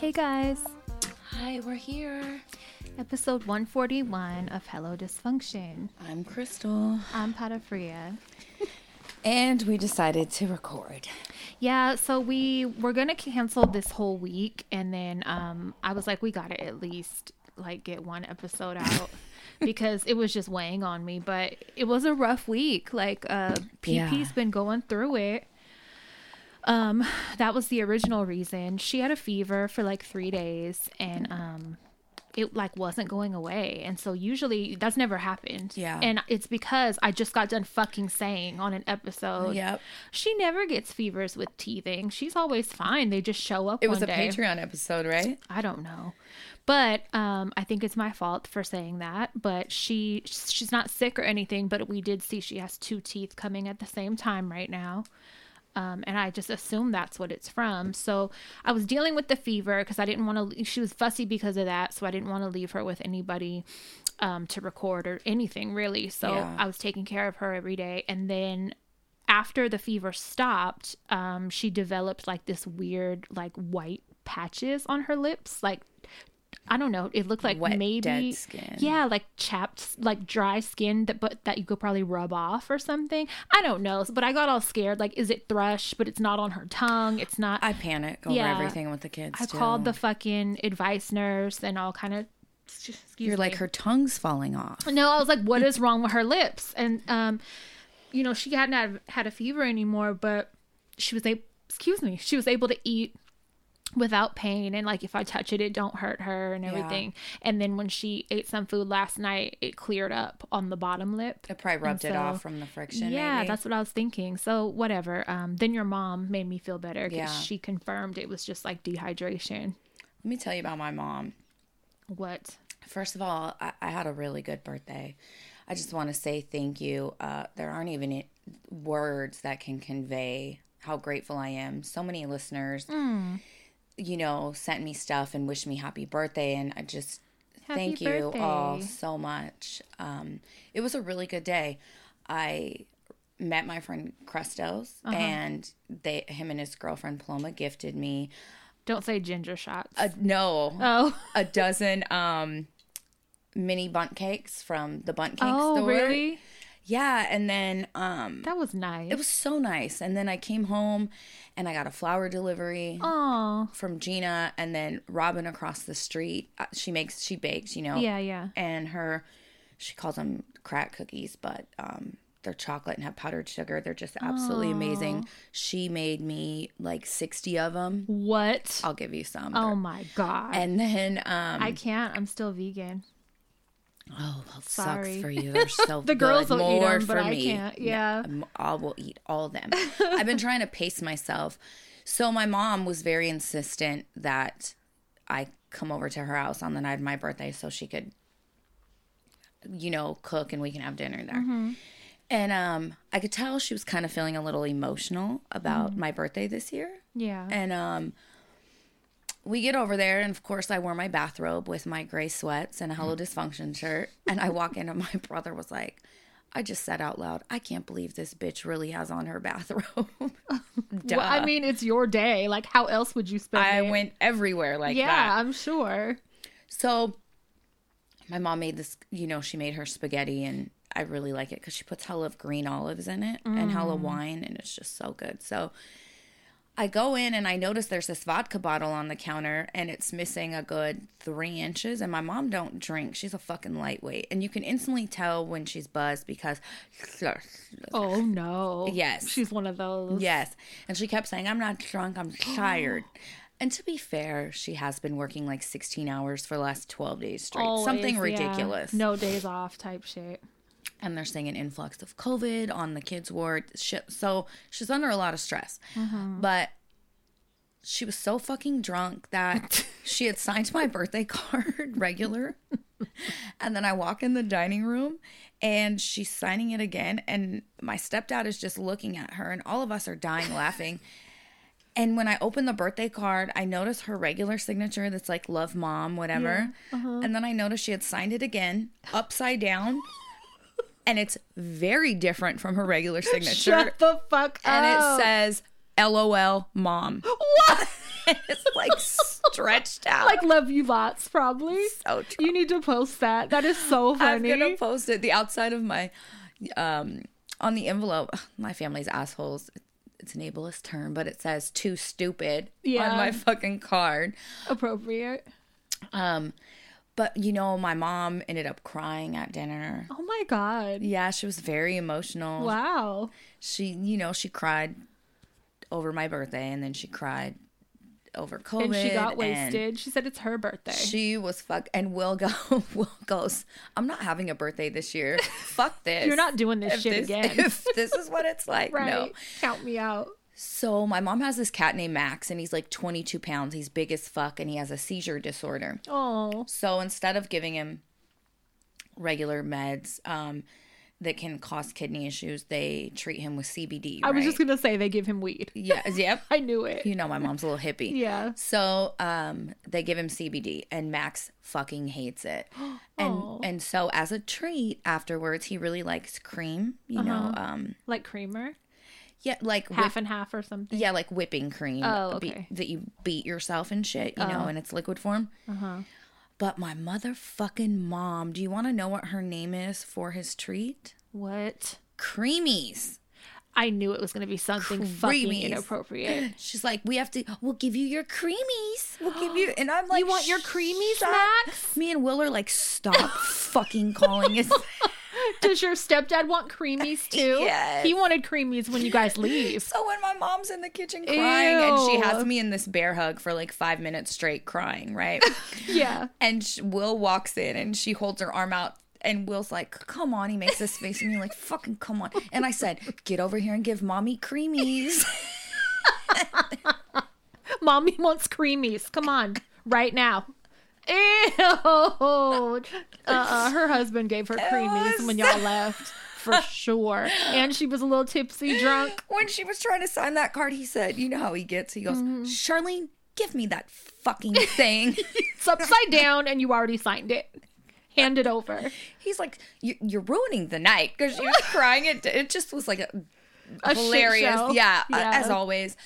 Hey guys, Hi, we're here. episode 141 of Hello Dysfunction. I'm Crystal. I'm Patafria. And we decided to record. Yeah, so we were gonna cancel this whole week, and then um, I was like, we gotta at least like get one episode out because it was just weighing on me. But it was a rough week. Like uh, Yeah. PP's been going through it. Um, that was the original reason. She had a fever for like three days, and um, it like wasn't going away. And so usually that's never happened. Yeah. and it's because I just got done fucking saying on an episode. Yep. She never gets fevers with teething. She's always fine. They just show up. It was one a day. Patreon episode, right? I don't know, but um, I think it's my fault for saying that. But she she's not sick or anything. But we did see she has two teeth coming at the same time right now. Um, and I just assume that's what it's from. So I was dealing with the fever because I didn't want to. She was fussy because of that, so I didn't want to leave her with anybody um, to record or anything really. So Yeah. I was taking care of her every day, and then after the fever stopped, um, she developed like this weird, like white patches on her lips, like. I don't know. It looked like Wet, maybe dead skin. yeah, like chapped, like dry skin that but that you could probably rub off or something. I don't know, but I got all scared. Like, is it thrush? But it's not on her tongue. It's not. I panic over Yeah. everything with the kids. I too. called the fucking advice nurse and all kind of. Excuse You're like me. her tongue's falling off. No, I was like, what is wrong with her lips? And um, you know, she hadn't had, had a fever anymore, but she was able. Excuse me, she was able to eat without pain, and like if I touch it, it don't hurt her and everything. And then when she ate some food last night, it cleared up on the bottom lip. It probably rubbed And it so- off from the friction. Yeah, maybe. that's what I was thinking. So whatever. Um, then your mom made me feel better because Yeah. she confirmed it was just like dehydration. Let me tell you about my mom. What? First of all, I, I had a really good birthday. I just want to say thank you. Uh, there aren't even i- words that can convey how grateful I am. So many listeners, Hmm. you know, sent me stuff and wished me happy birthday. And I just Happy thank you all birthday. so much. Um, it was a really good day. I met my friend Crestos, Uh-huh. and they, him and his girlfriend Paloma gifted me. Don't say ginger shots. A, no, oh. a dozen um mini bunt cakes from the bunt cake Oh, store. really? Yeah, and then um That was nice. it was so nice. And then I came home and I got a flower delivery Oh, from Gina and then Robin across the street. uh, She makes she bakes, you know. yeah, yeah. And her she calls them crack cookies, but um they're chocolate and have powdered sugar. They're just absolutely amazing. She made me like 60 of them. What? I'll give you some. Oh my god. and then um I can't. I'm still vegan. Oh, well, Sorry. sucks for you. They're so The girls good. will eat More 'em, but for I me. can't. Yeah. I'm- I will eat all of them. I've been trying to pace myself. So my mom was very insistent that I come over to her house on the night of my birthday so she could, you know, cook and we can have dinner there. Mm-hmm. And um, I could tell she was kind of feeling a little emotional about Mm-hmm. my birthday this year. Yeah. And um we get over there and of course I wore my bathrobe with my gray sweats and a Mm. hello dysfunction shirt and I walk in and my brother was like I just said out loud, I can't believe this bitch really has on her bathrobe. Duh. well, I mean, it's your day. Like, how else would you spend uh, I it? went everywhere like Yeah, that. I'm sure. So my mom made this, you know, she made her spaghetti and I really like it because she puts hella green olives in it and hella wine and it's just so good. So I go in and I notice there's this vodka bottle on the counter and it's missing a good three inches. And my mom don't drink. She's a fucking lightweight. And you can instantly tell when she's buzzed because Oh no. Yes. She's one of those. Yes. And she kept saying, I'm not drunk, I'm tired. And to be fair, she has been working like 16 hours for the last 12 days straight. Always, Something yeah. ridiculous. No days off type shit. And they're saying an influx of COVID on the kids' ward. She, so she's under a lot of stress. Mm-hmm. But she was so fucking drunk that she had signed my birthday card regular. and then I walk in the dining room and she's signing it again. And my stepdad is just looking at her, and all of us are dying laughing. And when I open the birthday card, I notice her regular signature that's like love mom, whatever. And then I notice she had signed it again upside down. and it's very different from her regular signature. Shut the fuck up. and it says LOL mom. Oh. What? it's like stretched out. like love you lots, probably. so true. You need to post that. That is so funny. I'm gonna post it. The outside of my, um, on the envelope, my family's assholes. It's an ableist term, but it says "too stupid" Yeah. on my fucking card. Appropriate. Um, but you know, my mom ended up crying at dinner. Oh my god. Yeah, she was very emotional. Wow. She, you know, she cried over my birthday, and then she cried over COVID. And she got and- wasted. She said it's her birthday. She was fuck and Will go Will goes, I'm not having a birthday this year. fuck this. You're not doing this If shit this, again. If this is what it's like, right. no. Count me out. So my mom has this cat named Max and he's like 22 pounds. He's big as fuck and he has a seizure disorder. Oh. So instead of giving him regular meds um, that can cause kidney issues, they treat him with CBD. I was right? just gonna say they give him weed. yeah, yep. I knew it. You know my mom's a little hippie. Yeah. So um, they give him CBD, and Max fucking hates it. And Aw. and so as a treat afterwards, he really likes cream. You Uh-huh. know, um, Like creamer. yeah, like whip, Half and half or something. yeah, like whipping cream. Oh, be- okay. Oh. that you beat yourself and shit. You know, and it's liquid form. Uh-huh. But my motherfucking mom. Do you want to know what her name is for his treat? What? Creamies. I knew it was gonna be something fucking Creamies. inappropriate. She's like, we have to. We'll give you your creamies. We'll give you. And I'm like, you want your creamies, "Shut Max? Me and Will are like, stop fucking calling us. Does your stepdad want creamies too? Yes. He wanted creamies when you guys leave. So when my mom's in the kitchen crying, and she Ew. has me in this bear hug for like five minutes straight, crying, right? Yeah. and sh Will walks in, and she holds her arm out. And Will's like, come on. He makes this face at me like, fucking come on. And I said, get over here and give mommy creamies. Mommy wants creamies. Come on, right now. Ew. Uh, uh her husband gave her creamies when y'all left for sure, and she was a little tipsy drunk. when she was trying to sign that card, he said, you know how he gets. He goes, Charlene, give me that fucking thing. It's upside down, and you already signed it. Hand it over. He's like, "You- you're ruining the night because she was crying. It, it just was like a A shit hilarious. show. Yeah, uh, as always.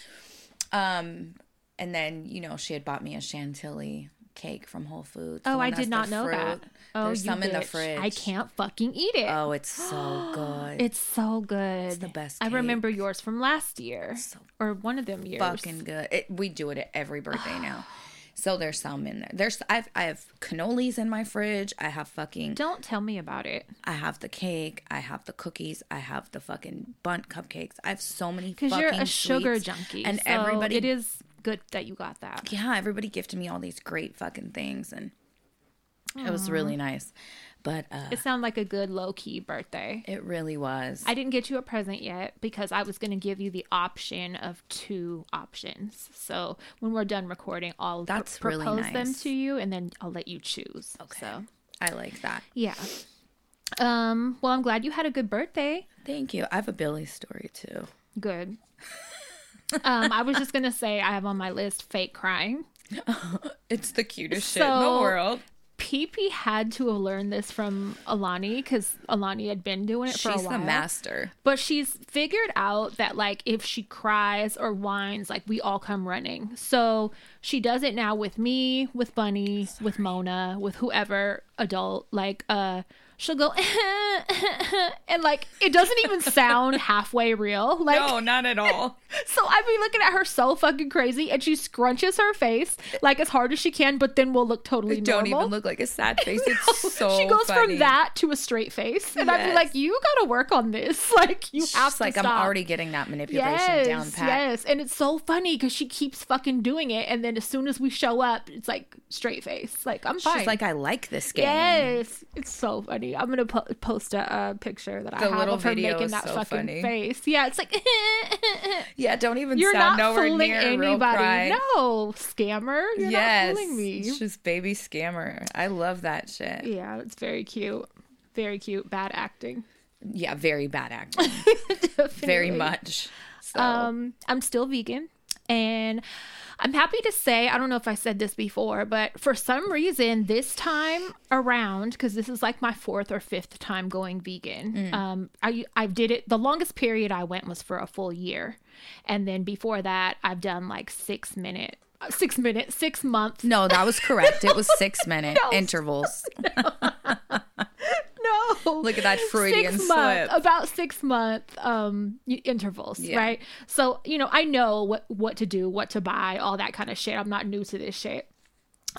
Um, and then you know she had bought me a chantilly cake from Whole Foods. the Oh, one I that's did the not know that. fruit. Oh, There's you some in the bitch. fridge. I can't fucking eat it. Oh, it's so good. It's so good. It's the best I remember yours from last year or one of them years. fucking good. It, we do it at every birthday now. So there's some in there. There's I've I have cannolis in my fridge. I have fucking Don't tell me about it I have the cake. I have the cookies. I have the fucking bunt cupcakes. I have so many because fucking you're a sugar sweets. junkie. and so everybody it is good that you got that. yeah, everybody gifted me all these great fucking things, and it was really nice. But uh, It sounded like a good low key birthday. it really was. I didn't get you a present yet because I was going to give you the option of two options. So when we're done recording, I'll pr- That's really propose them nice. to you and then I'll let you choose. Okay. So I like that. yeah. Um, well, I'm glad you had a good birthday. Thank you. I have a Billy story too. Good. um, I was just gonna say I have on my list fake crying. It's the cutest So- world. PP had to have learned this from Alani because Alani had been doing it for a She's while. the master. But she's figured out that like if she cries or whines, like we all come running. So she does it now with me, with Bunny, with Mona, with whoever adult. Like uh she'll go and like it doesn't even sound halfway real. Like not at all. so I'd be looking at her so fucking crazy and she scrunches her face like as hard as she can, but then will look totally Don't normal. even look like a sad face. It's so. she goes funny. from that to a straight face. And I'd be Yes. like, You gotta work on this. Like you She's have to like stop. I'm already getting that manipulation yes, down pat. Yes, and it's so funny because she keeps fucking doing it, and then as soon as we show up, it's like straight face. Like I'm fine. She's like, I like this game. yes, it's so funny. I'm gonna po- post a uh, picture that I The have little of her video making is that so fucking funny. face. Yeah, it's like Yeah, don't even you're sound not nowhere fooling near a real cry. anybody. No, scammer. You're yes, not fooling me. It's just baby scammer. I love that shit. Yeah, it's very cute. Very cute. Bad acting. Yeah, very bad acting. Definitely. very much. So Um, I'm still vegan. And I'm happy to say, I don't know if I said this before, but for some reason, this time around, because this is like my fourth or fifth time going vegan, Mm. um, I, I did it, the longest period I went was for a full year. And then before that, I've done like six minute, uh, six minute, six month No, that was correct. It was six minute intervals. no. Look at that Freudian six Oh, slip. month, about six month um y- intervals, Yeah. right? So you know, I know what what to do, what to buy, all that kind of shit. I'm not new to this shit.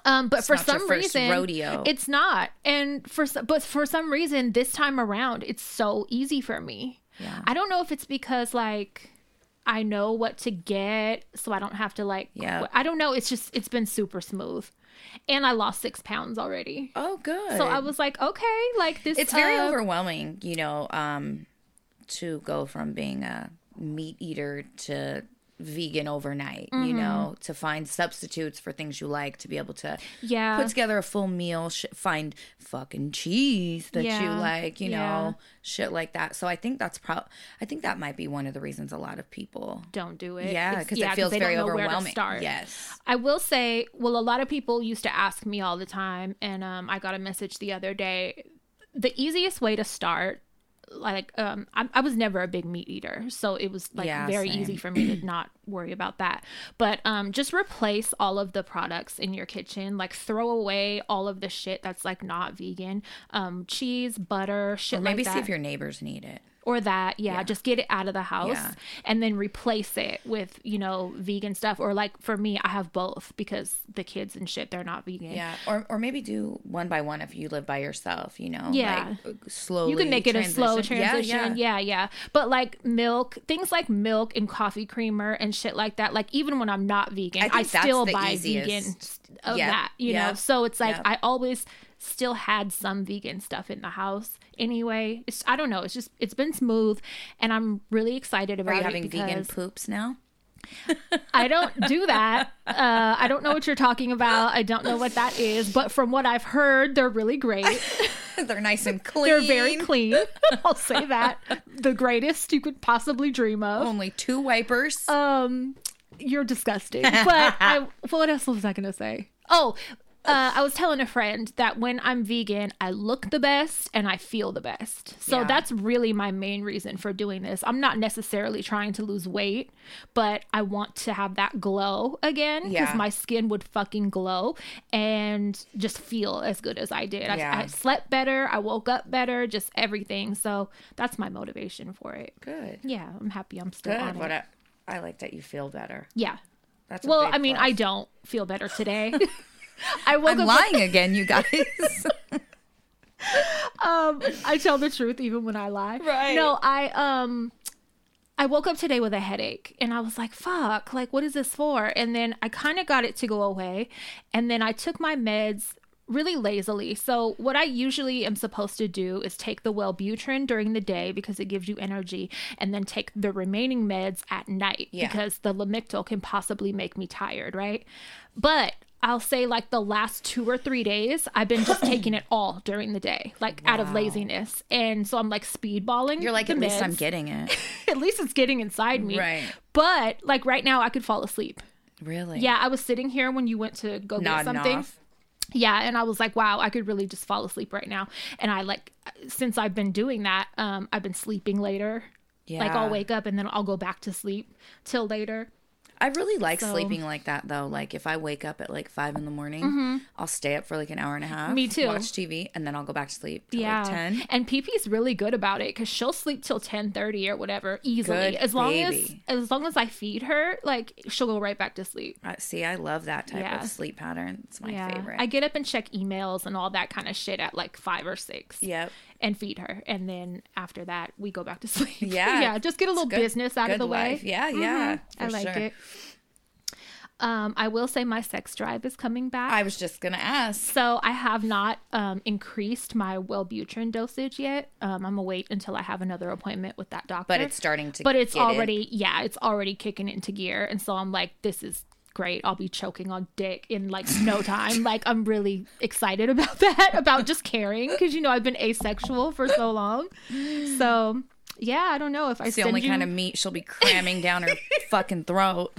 Um, but for not your some first reason, rodeo. it's not. And for so- but for some reason, this time around, it's so easy for me. Yeah. I don't know if it's because like. I know what to get, so I don't have to like. Yeah. I don't know. It's just it's been super smooth, and I lost six pounds already. Oh, good. So I was like, okay, like this. It's very uh, overwhelming, you know, um, to go from being a meat eater to vegan overnight, Mm-hmm. you know, to find substitutes for things you like, to be able to Yeah. put together a full meal, sh- find fucking cheese that you Yeah. like, you Yeah. know, shit like that. So I think that's probably, I think that might be one of the reasons a lot of people. don't do it. Yeah, It's- because it feels they very don't know where to overwhelming. start. Yes. I will say, well, a lot of people used to ask me all the time, and um, I got a message the other day. The easiest way to start, like, um, I, I was never a big meat eater, so it was like Yeah, very same. easy for me to not worry about that. But um, just replace all of the products in your kitchen, like throw away all of the shit that's like not vegan, um, cheese, butter, shit Or maybe like that. see if your neighbors need it. or that yeah, just get it out of the house Yeah. and then replace it with you know vegan stuff or like for me i have both because the kids and shit they're not vegan Yeah, or or maybe do one by one if you live by yourself. You know, Yeah. like, uh, slowly. you can make it a slow transition. Yeah, transition yeah. yeah yeah but like milk things like milk and coffee creamer and shit like that like even when i'm not vegan I i, think that's still the buy easiest. vegan st- of Yeah, that you yeah, know so it's like yeah. i always still had some vegan stuff in the house anyway it's i don't know it's just it's been smooth and i'm really excited about Are you it having vegan because- poops now? I don't do that. Uh, I don't know what you're talking about. I don't know what that is. But from what I've heard, they're really great. They're nice and clean. They're very clean. I'll say that. The greatest you could possibly dream of. Only two wipers. Um, you're disgusting. But I, what else was I going to say? Oh, uh, I was telling a friend that when I'm vegan, I look the best and I feel the best. So Yeah. that's really my main reason for doing this. I'm not necessarily trying to lose weight, but I want to have that glow again because Yeah. my skin would fucking glow and just feel as good as I did. I, Yeah. I slept better, I woke up better, just everything. So that's my motivation for it. good. Yeah, I'm happy I'm still on Good. it. What I, I like that you feel better. Yeah. That's a Well, big I mean, plus. I don't feel better today. I woke I'm up. lying again, you guys. Um, I tell the truth even when I lie. Right. No, I um, I woke up today with a headache, and I was like, "Fuck! Like, what is this for?" And then I kind of got it to go away, and then I took my meds really lazily. So what I usually am supposed to do is take the Wellbutrin during the day because it gives you energy and then take the remaining meds at night Yeah. because the Lamictal can possibly make me tired, right? But I'll say like the last two or three days, I've been just taking it all during the day, like out of laziness. And so I'm like speedballing. You're like, the at least I'm meds. getting it. at least it's getting inside me. Right. But like right now I could fall asleep. Really? Yeah, I was sitting here when you went to go get Nodding something. off. Yeah, and I was like, wow, I could really just fall asleep right now. And I like since I've been doing that, um I've been sleeping later. Like I'll Yeah. wake up and then I'll go back to sleep till later. I really like So- sleeping like that though. Like if I wake up at like five in the morning, I'll stay up for like an hour and a half. Mm-hmm. Me too. Watch TV and then I'll go back to sleep. Till Yeah. Like Ten. And PP's really good about it cuz she'll sleep till 10:30 or whatever easily. Good as long baby. as as long as I feed her, like she'll go right back to sleep. I, see, I love that type Yeah. of sleep pattern. It's my favorite. I get up and check emails and all that kind of shit at like 5 or 6. Yep. and feed her. And then after that, we go back to sleep. Yeah. yeah. Just get a little good- business out of good the way. Mm-hmm. life. Yeah, yeah, I for like sure. it. Um, I will say my sex drive is coming back. I was just gonna ask. so I have not um, increased my Wellbutrin dosage yet. Um, I'm gonna wait until I have another appointment with that doctor. But it's starting to But it's get in. already yeah, it's already kicking into gear, and so I'm like, this is great. I'll be choking on dick in like no time. like I'm really excited about that, about just caring because you know I've been asexual for so long. So yeah, I don't know if I It's the send only you- kind of meat she'll be cramming down her fucking throat.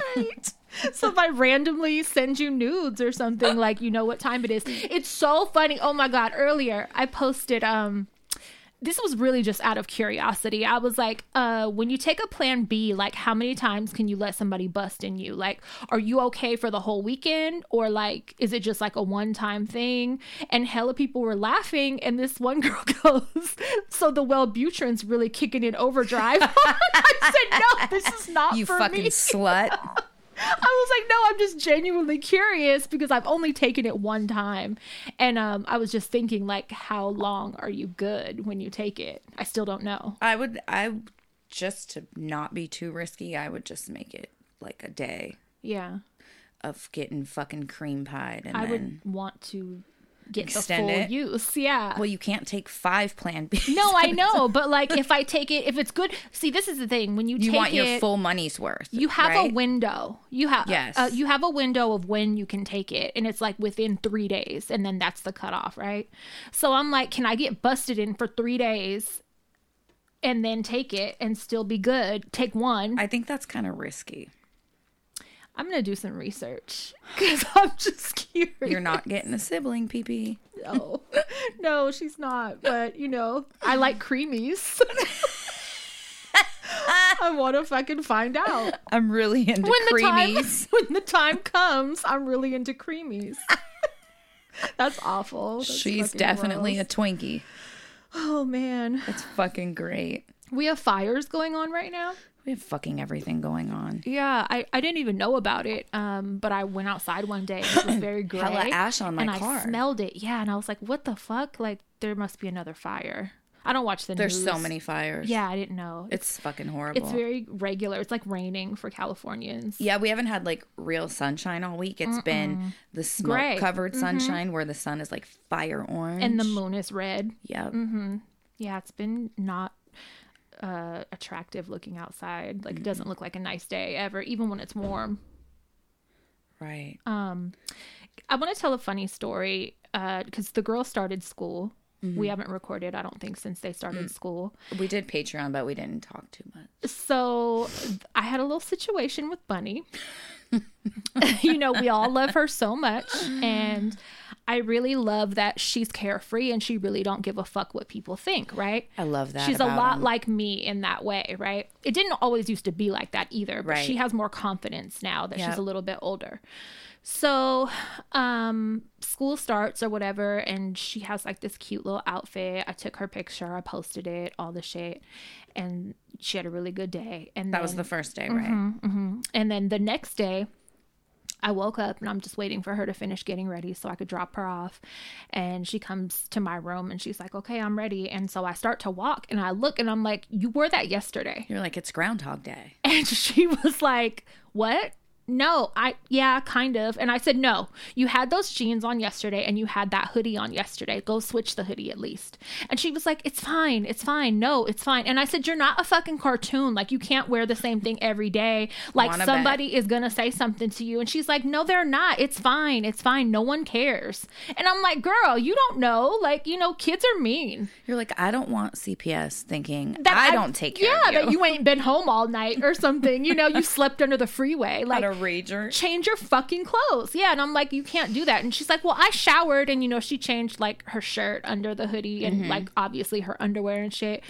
so if I randomly send you nudes or something, like you know what time it is. It's so funny. Oh my god! Earlier I posted um. This was really just out of curiosity. I was like, uh, when you take a plan B, like how many times can you let somebody bust in you? Like, are you okay for the whole weekend? Or like, is it just like a one time thing? And hella people were laughing. And this one girl goes, So the Wellbutrin's really kicking in overdrive. I said, No, this is not You for fucking me. slut. I was like, no, I'm just genuinely curious because I've only taken it one time. And um, I was just thinking, like, how long are you good when you take it? I still don't know. I would, I just to not be too risky, I would just make it like a day Yeah. of getting fucking cream pied. And I then, would want to get the Extend full it? use. Yeah. well, you can't take five plan B. no, I know, but like if I take it, if it's good, see, this is the thing. When you, You take want your it, full money's worth. you have right? a window. You have Yes. uh, you have a window of when you can take it, and it's like within three days, and then that's the cutoff, right? So I'm like, can I get busted in for three days, and then take it and still be good? Take one. I, I think that's kind of risky. am gonna do some research because I'm just curious. You're not getting a sibling, PP. no, no, she's not. But you know, I like creamies. I want to fucking find out. I'm really into when the creamies. time when the time comes, I'm really into creamies. That's awful. That's She's fucking definitely gross. a Twinkie. oh man, That's fucking great. we have fires going on right now. We have fucking everything going on. Yeah, I, I didn't even know about it. Um, but I went outside one day. It was very gray. Hella ash on my and car. I smelled it. Yeah, and I was like, what the fuck? Like there must be another fire. I don't watch the There's news. so many fires. Yeah, I didn't know. It's It's fucking horrible. it's very regular. It's like raining for Californians. yeah, we haven't had like real sunshine all week. It's been the Gray. smoke covered sunshine where the sun is like fire Mm-hmm. orange. And the Mm-hmm. moon is red. yeah. Yeah, it's been not uh attractive looking outside. Like it doesn't look like a nice day ever, even when it's warm. Right. Um, I want to tell a funny story uh cuz the girls started school. We haven't recorded, I don't think, since they started school. we did Patreon, but we didn't talk too much. So I had a little situation with Bunny. you know, we all love her so much and I really love that she's carefree and she really don't give a fuck what people think, right? I love that. She's a about lot him. like me in that way, right? It didn't always used to be like that either, but Right. she has more confidence now that she's Yep. a little bit older. So, um, school starts or whatever, and she has like this cute little outfit. I took her picture, I posted it, all the shit, and she had a really good day. And That then, was the first day, right? Mm-hmm. and then the next day, I woke up and I'm just waiting for her to finish getting ready so I could drop her off. And she comes to my room and she's like, okay, I'm ready. And so I start to walk and I look and I'm like, you wore that yesterday. You're like, it's Groundhog Day. And she was like, what? No, I, yeah, kind of. And I said, no, you had those jeans on yesterday and you had that hoodie on yesterday. Go switch the hoodie at least. And she was like, it's fine. It's fine. No, it's fine. And I said, you're not a fucking cartoon. Like, you can't wear the same thing every day. Like, Wanna bet. somebody is going to say something to you. And she's like, no, they're not. It's fine. It's fine. No one cares. And I'm like, girl, you don't know. Like, you know, kids are mean. You're like, I don't want CPS thinking That I don't take care Yeah, of you. that you ain't been home all night or something. You know, you slept under the freeway. Like, Not a rager. change your fucking clothes. Yeah. And I'm like, you can't do that. And she's like, well, I showered. And, you know, she changed like her shirt under the hoodie Mm-hmm. and like obviously her underwear and shit.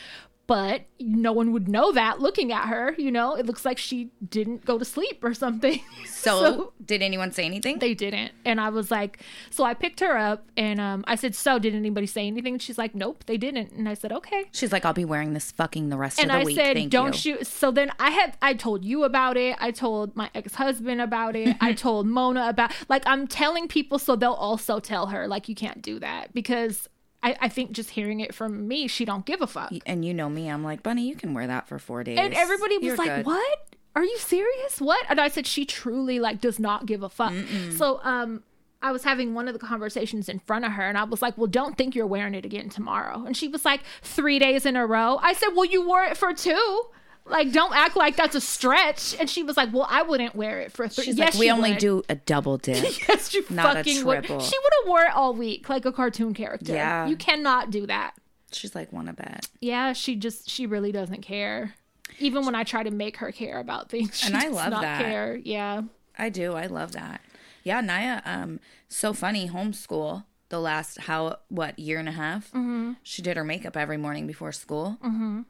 But no one would know that looking at her. You know, it looks like she didn't go to sleep or something. So, did anyone say anything? they didn't. And I was like, so I picked her up and um, I said, so did anybody say anything? And she's like, nope, they didn't. And I said, okay She's like, I'll be wearing this fucking the rest and of the I week. said, Thank "Don't you. shoot." So then I had I told you about it. I told my ex husband about it. I told Mona about like I'm telling people so they'll also tell her like you can't do that because I, I think just hearing it from me, she don't give a fuck. and you know me, I'm like, Bunny, you can wear that for four days. And everybody was You're like, good." "What? Are you serious? What?" And I said, "She truly like does not give a fuck." So um. I was having one of the conversations in front of her, and I was like, "Well, don't think you're wearing it again tomorrow." And she was like, three days in a row." I said, "Well, you wore it for two. Like, don't act like that's a stretch." And she was like, "Well, I wouldn't wear it for three. She's yes, like, we you only would. do a double dip. Yes, you not a fucking would. She triple. would have wore it all week, like a cartoon character. Yeah. you cannot do that." She's like, want to bet. yeah, she just she really doesn't care. Even when I try to make her care about things, she And I does love not that. care. Yeah, I do. I love that. Yeah, Naya. Um, so funny. Homeschool. The last how what year and a half? Mm-hmm. She did her makeup every morning before school. Mm-hmm.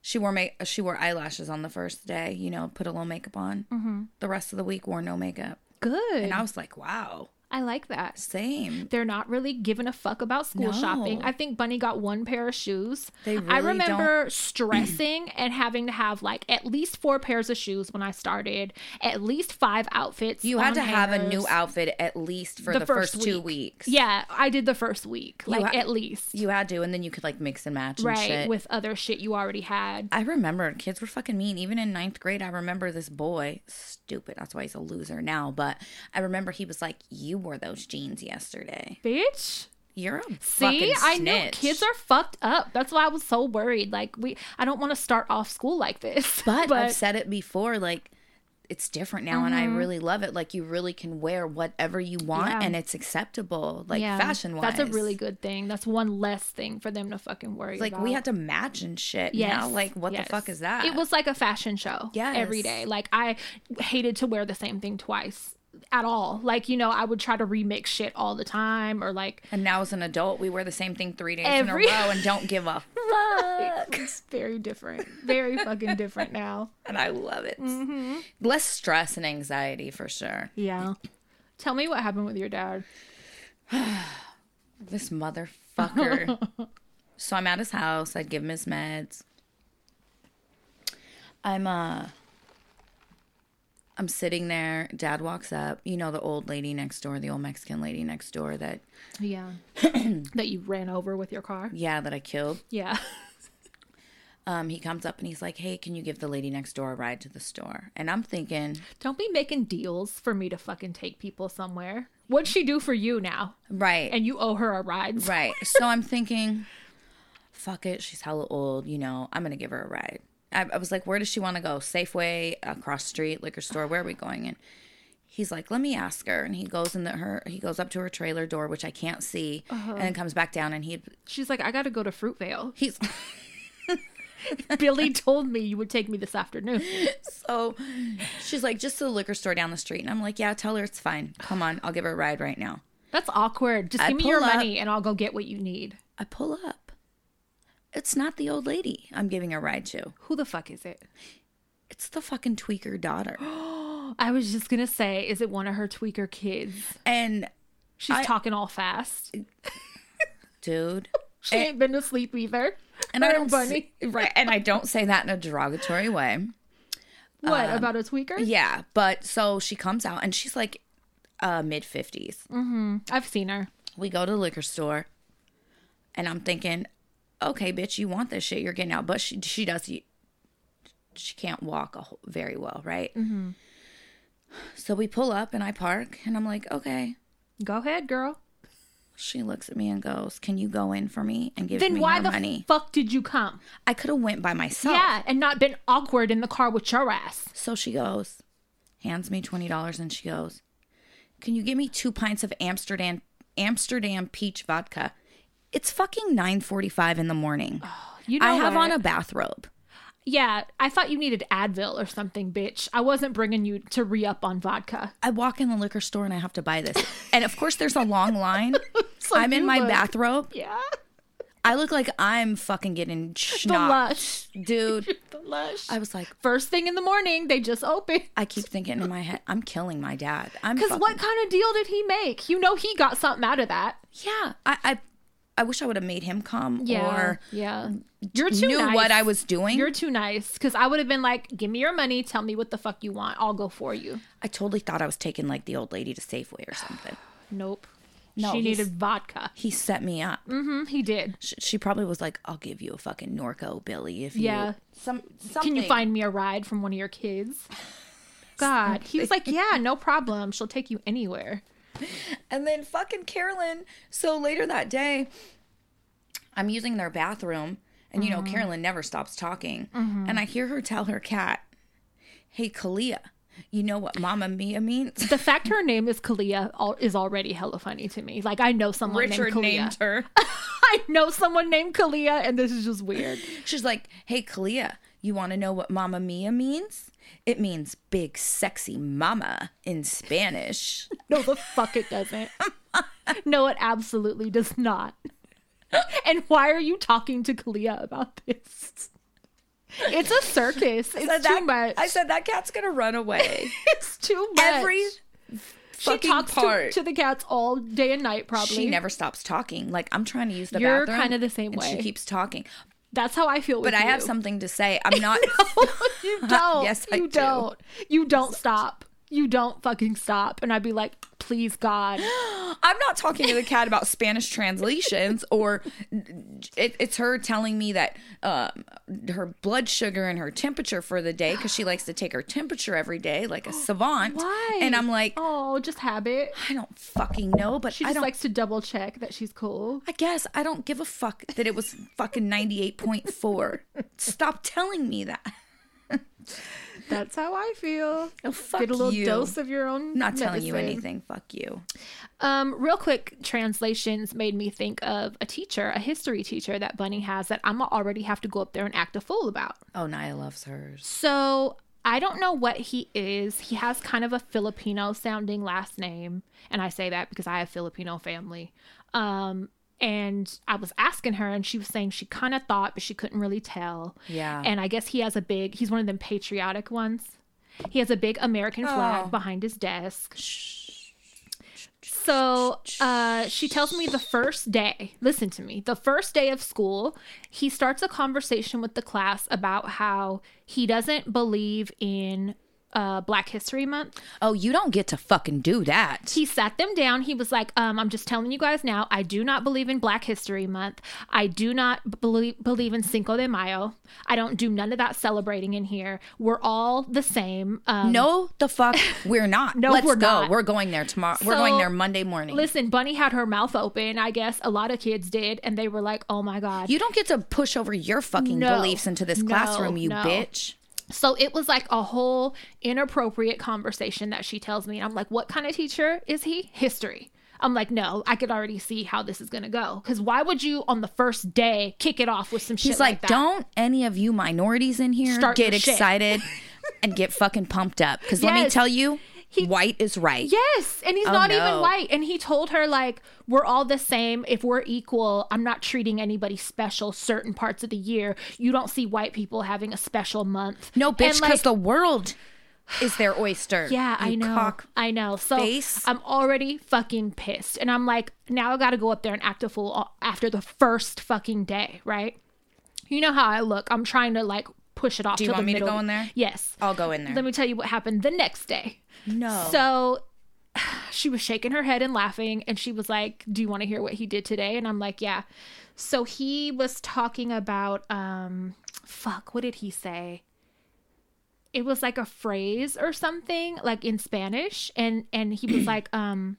She wore make. She wore eyelashes on the first day. You know, put a little makeup on. Mm-hmm. The rest of the week wore no makeup. Good. And I was like, wow, I like that. same. They're not really giving a fuck about school shopping. No. I think Bunny got one pair of shoes. They I really remember stressing and having to have like at least four pairs of shoes when I started, at least five outfits. You had on to have a hangers. new outfit at least for The the, first first, two week. weeks. Yeah, I did the first week, like ha- at least. You had to, and then you could like mix and match and right, shit. with other shit you already had. I remember kids were fucking mean. Even in ninth grade, I remember this boy, stupid. That's why he's a loser now. But I remember he was like, "You wore those jeans yesterday. Bitch. You're a See, fucking I snitch." know kids are fucked up. That's why I was so worried. Like we I don't want to start off school like this. But, I've said it before, like it's different now, and I really love it. Like you really can wear whatever you want, Mm-hmm. Yeah. and it's acceptable, like Yeah, fashion wise. That's a really good thing. That's one less thing for them to fucking worry like about. we had to match and shit. Yes, Yeah, like what yes. the fuck is that? It was like a fashion show. Yes. Every day. Like I hated to wear the same thing twice at all. Like, you know, I would try to remix shit all the time or like And now as an adult, we wear the same thing three days Every- in a row and don't give a fuck. it's very different. Very fucking different now. and I love it. Less stress and anxiety for sure. Yeah. Tell me what happened with your dad. This motherfucker. so I'm at his house. I give him his meds. I'm uh. I'm sitting there. Dad walks up. You know the old lady next door, the old Mexican lady next door that Yeah. that you ran over with your car. yeah that I killed. Yeah. Um, he comes up and he's like, "Hey, can you give the lady next door a ride to the store?" And I'm thinking, Don't be making deals for me to fucking take people somewhere. What'd she do for you now? right? And you owe her a ride. Right. So I'm thinking, fuck it. She's hella old. You know, I'm going to give her a ride. I, I was like, where does she want to go? Safeway, across street, liquor store. Where are we going? And he's like, let me ask her. And he goes in the, her, he goes up to her trailer door, which I can't see, and then comes back down. And he, She's like, I gotta go to Fruitvale. he's Billy told me you would take me this afternoon. so, she's like, just to the liquor store down the street. And I'm like, yeah, tell her it's fine. Come on. I'll give her a ride right now. That's awkward. Just I give me your pull up- money and I'll go get what you need. I pull up. It's not the old lady I'm giving a ride to. Who the fuck is it? It's the fucking tweaker daughter. I was just gonna say, is it one of her tweaker kids? And She's I- Eh, talking all fast. dude. She ain't been to sleep either. and Her I don't bunny. say- right, and I don't say that in a derogatory way. What about a tweaker? Um, Yeah, but so she comes out and she's like uh, mid 50s Mm. I've seen her. We go to the liquor store, and I'm thinking, okay, bitch, you want this shit? You're getting out, but she she does she can't walk a whole, very well, right? Mm-hmm. So we pull up and I park, and I'm like, okay. Go ahead, girl. She looks at me and goes, "Can you go in for me and give Then me why her the money?" fuck did you come? I could have went by myself. Yeah, and not been awkward in the car with your ass. So she goes, hands me twenty dollars, and she goes, "Can you give me two pints of Amsterdam Amsterdam peach vodka?" It's fucking nine forty five in the morning. You know I have what? on a bathrobe. Yeah, I thought you needed Advil or something, bitch. I wasn't bringing you to re up on vodka. I walk in the liquor store and I have to buy this, and of course there's a long line. So I'm in you my look- bathrobe. Yeah. I look like I'm fucking getting The schnocked, lush. dude. The lush. I was like, First thing in the morning, they just open. I keep thinking in my head, I'm killing my dad. I'm Because fucking- what kind of deal did he make? You know he got something out of that. Yeah, I, I, I wish I would have made him come or yeah. You're too knew nice. what I was doing. You're too nice. Because I would have been like, give me your money. Tell me what the fuck you want. I'll go for you. I totally thought I was taking like the old lady to Safeway or something. Nope. No, she he's- needed vodka. He set me up. Mm, He did. Sh- She probably was like, "I'll give you a fucking Norco, Billy, if you Yeah. some Can you find me a ride from one of your kids? God. He was like, yeah, no problem. She'll take you anywhere. And then fucking Carolyn. So later that day, I'm using their bathroom, and you Mm-hmm. know Carolyn never stops talking, and I hear her tell her cat, "Hey, Kalia, you know what Mama Mia means?" The fact her name is Kalia al- is already hella funny to me. Like, I know someone Richard named Kalia. named her. I know someone named Kalia, and this is just weird. She's like, "Hey, Kalia, you want to know what Mama Mia means?" It means big, sexy mama in Spanish. No, the fuck it doesn't. no, it absolutely does not. And why are you talking to Kalia about this? It's a circus. It's Said too that- much. I said that cat's gonna run away. it's too much. Every she fucking talks to, part. to the cats all day and night. Probably she never stops talking. Like I'm trying to use the You're bathroom. kinda the same and She way. keeps talking, That's how I feel. With but I have you. something to say. I'm not. you don't. Yes, I you do. not You don't stop. You don't fucking stop. And I'd be like, please God. I'm not talking to the cat about Spanish translations or it, it's her telling me that um, her blood sugar and her temperature for the day because she likes to take her temperature every day like a savant. Why? And I'm like, oh, just habit. I don't fucking know, but She I just don't. likes to double check that she's cool. I guess I don't give a fuck that it was fucking 98.4. Stop telling me that. That's how I feel. Oh, fuck Get a little you. dose of your own. I'm not telling you medicine. anything. Fuck you. Um, real quick, translations made me think of a teacher, a history teacher that Bunny has that I'm already have to go up there and act a fool about. Oh, Naya loves hers. So I don't know what he is. He has kind of a Filipino sounding last name. And I say that because I have Filipino family. Um, and I was asking her, and she was saying she kind of thought, but she couldn't really tell. Yeah. And I guess he has a big, he's one of them patriotic ones. He has a big American flag Oh. behind his desk. So uh, she tells me the first day, listen to me, the first day of school, he starts a conversation with the class about how he doesn't believe in uh, Black History Month. Oh, you don't get to fucking do that. He sat them down. He was like, um, I'm just telling you guys now, I do not believe in Black History Month. I do not believe, believe in Cinco de Mayo. I don't do none of that celebrating in here. We're all the same. Um, No, the fuck, we're not. No, Let's we're go. not. We're going there tomorrow. we're going So, there Monday morning. Listen, Bunny had her mouth open. I guess a lot of kids did, and they were like, "Oh my god!" you don't get to push over your fucking No, beliefs into this no, classroom, you no. bitch. So it was like a whole inappropriate conversation that she tells me. And I'm like, what kind of teacher is he? History. I'm like, no, I could already see how this is going to go. Because why would you on the first day kick it off with some shit He's like, that? don't any of you minorities in here Start get your shit." excited and get fucking pumped up. Because let me Yes. tell you, white is right. Yes. And he's not even Oh, no. white. And he told her, like, we're all the same. If we're equal, I'm not treating anybody special certain parts of the year. You don't see white people having a special month. No, And, bitch, because like, the world is their oyster. Yeah, I you know. cock I know. So face. I'm already fucking pissed. And I'm like, now I got to go up there and act a fool a- after the first fucking day, right? You know how I look. I'm trying to like push it off. Do you want me to go in there? Yes. I'll go in there. Let me tell you what happened the next day. no. So she was shaking her head and laughing, and she was like, Do you want to hear what he did today? And I'm like, Yeah. So he was talking about, um, fuck, what did he say? It was like a phrase or something, like in Spanish, and and he was like, um,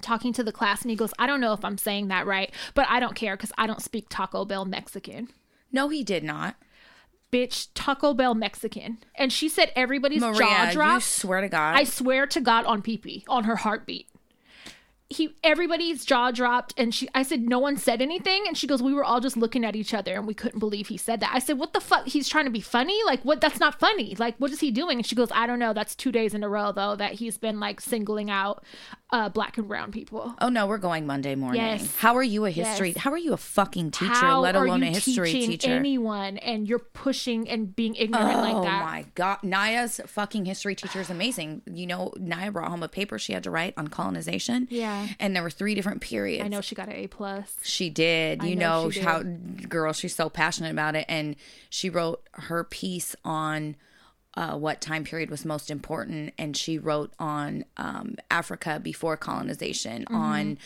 talking to the class, and he goes, I don't know if I'm saying that right, but I don't care because I don't speak Taco Bell Mexican. no, he did not. Bitch, Taco Bell Mexican, and she said everybody's jaw Maria, you dropped. swear to God. I swear to God on PP, on her heartbeat. He everybody's jaw dropped and she I said, No one said anything, and she goes, We were all just looking at each other and we couldn't believe he said that. I said, What the fuck? He's trying to be funny? Like what that's not funny. Like what is he doing? And she goes, I don't know. That's two days in a row though that he's been like singling out uh black and brown people. Oh no, we're going Monday morning. Yes. How are you a history? How are you a fucking teacher, How let are alone you a history teaching teacher? anyone and you're pushing and being ignorant oh like that? my god, Naya's fucking history teacher is amazing. You know, Naya brought home a paper she had to write on colonization. Yeah. and there were three different periods. I know she got an A plus. She did. You know know, she how girl, she's so passionate about it and she wrote her piece on uh, what time period was most important and she wrote on um, Africa before colonization Mm-hmm. on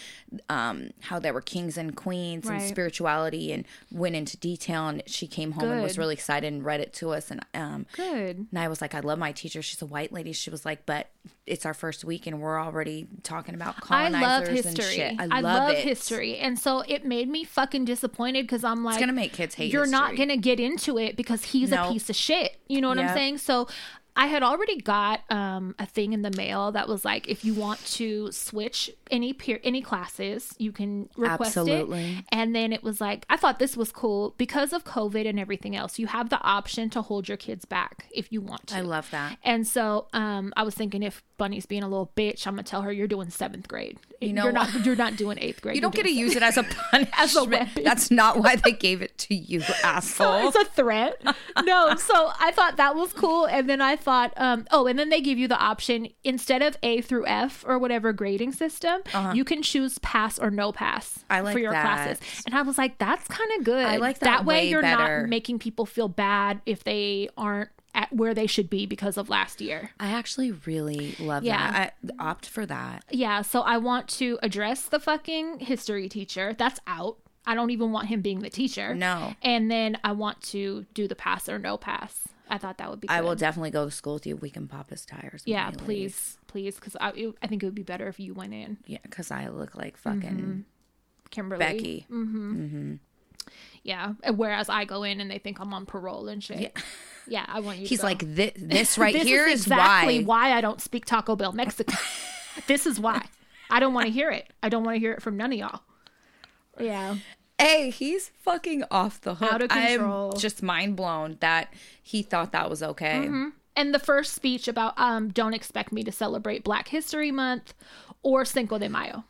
um, how there were kings and queens and Right. spirituality and went into detail and she came home and was Good. really excited and read it to us and um, Good. and I was like, I love my teacher. She's a white lady. She was like, but it's our first week and we're already talking about I colonizers love and history. shit. I love, it. history. And so it made me fucking disappointed because I'm like, gonna make kids hate You're not history. going to get into it because he's No. a piece of shit. You know what I'm Yep. saying? So I had already got um, a thing in the mail that was like, if you want to switch any peer any classes, you can request Absolutely. it. And then it was like, I thought this was cool because of COVID and everything else. You have the option to hold your kids back if you want to. I love that. And so um, I was thinking, if Bunny's being a little bitch, I'm gonna tell her you're doing seventh grade. You know are not you're not doing eighth grade. You don't You're get to doing use it as a punishment. as a weapon. That's not why they gave it to you, asshole. It's a threat. No, so I thought that was cool. And then I thought, um, oh, and then they give you the option instead of A through F or whatever grading system, you can choose pass or no pass Uh-huh. I like for your that. classes. And I was like, that's kind of good. I like that way, way you're better. not making people feel bad if they aren't at where they should be because of last year. I actually really love Yeah. that. I opt for that. Yeah, so I want to address the fucking history teacher. That's out. I don't even want him being the teacher. No. And then I want to do the pass or no pass. I thought that would be. Good. I will definitely go to school with you. We can pop his tires. when Yeah, he leaves. please, please, because I, it- I think it would be better if you went in, Yeah, because I look like fucking Kimberly. Becky. Yeah. Whereas I go in and they think I'm on parole and shit. Yeah. I want you. to He's go. like, this, this right this here is, is exactly why. why I don't speak Taco Bell Mexican. this is why. I don't want to hear it. I don't want to hear it from none of y'all. Yeah. Hey, he's fucking off the hook. Out of control. I'm just mind blown that he thought that was okay. and the first speech about um, don't expect me to celebrate Black History Month or Cinco de Mayo.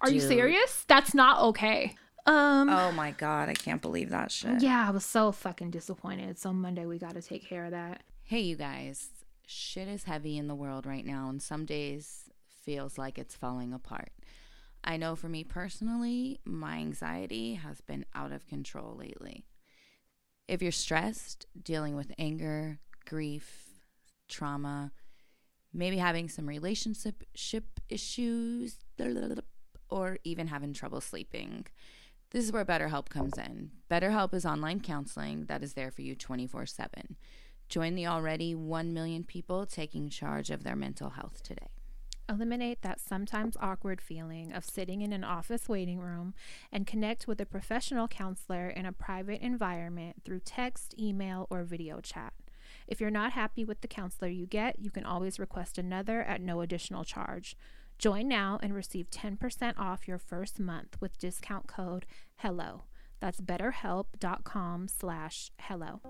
Are you Dude. serious? That's not okay. Um, Oh my god, I can't believe that shit. yeah, I was so fucking disappointed. So Monday we got to take care of that. Hey, you guys. Shit is heavy in the world right now, and some days feels like it's falling apart. I know for me personally, my anxiety has been out of control lately. If you're stressed, dealing with anger, grief, trauma, maybe having some relationship ship issues, or even having trouble sleeping, this is where BetterHelp comes in. BetterHelp is online counseling that is there for you 24 7. Join the already 1 million people taking charge of their mental health today. Eliminate that sometimes awkward feeling of sitting in an office waiting room and connect with a professional counselor in a private environment through text, email, or video chat. If you're not happy with the counselor you get, you can always request another at no additional charge. Join now and receive 10% off your first month with discount code HELLO. That's betterhelp.com slash hello.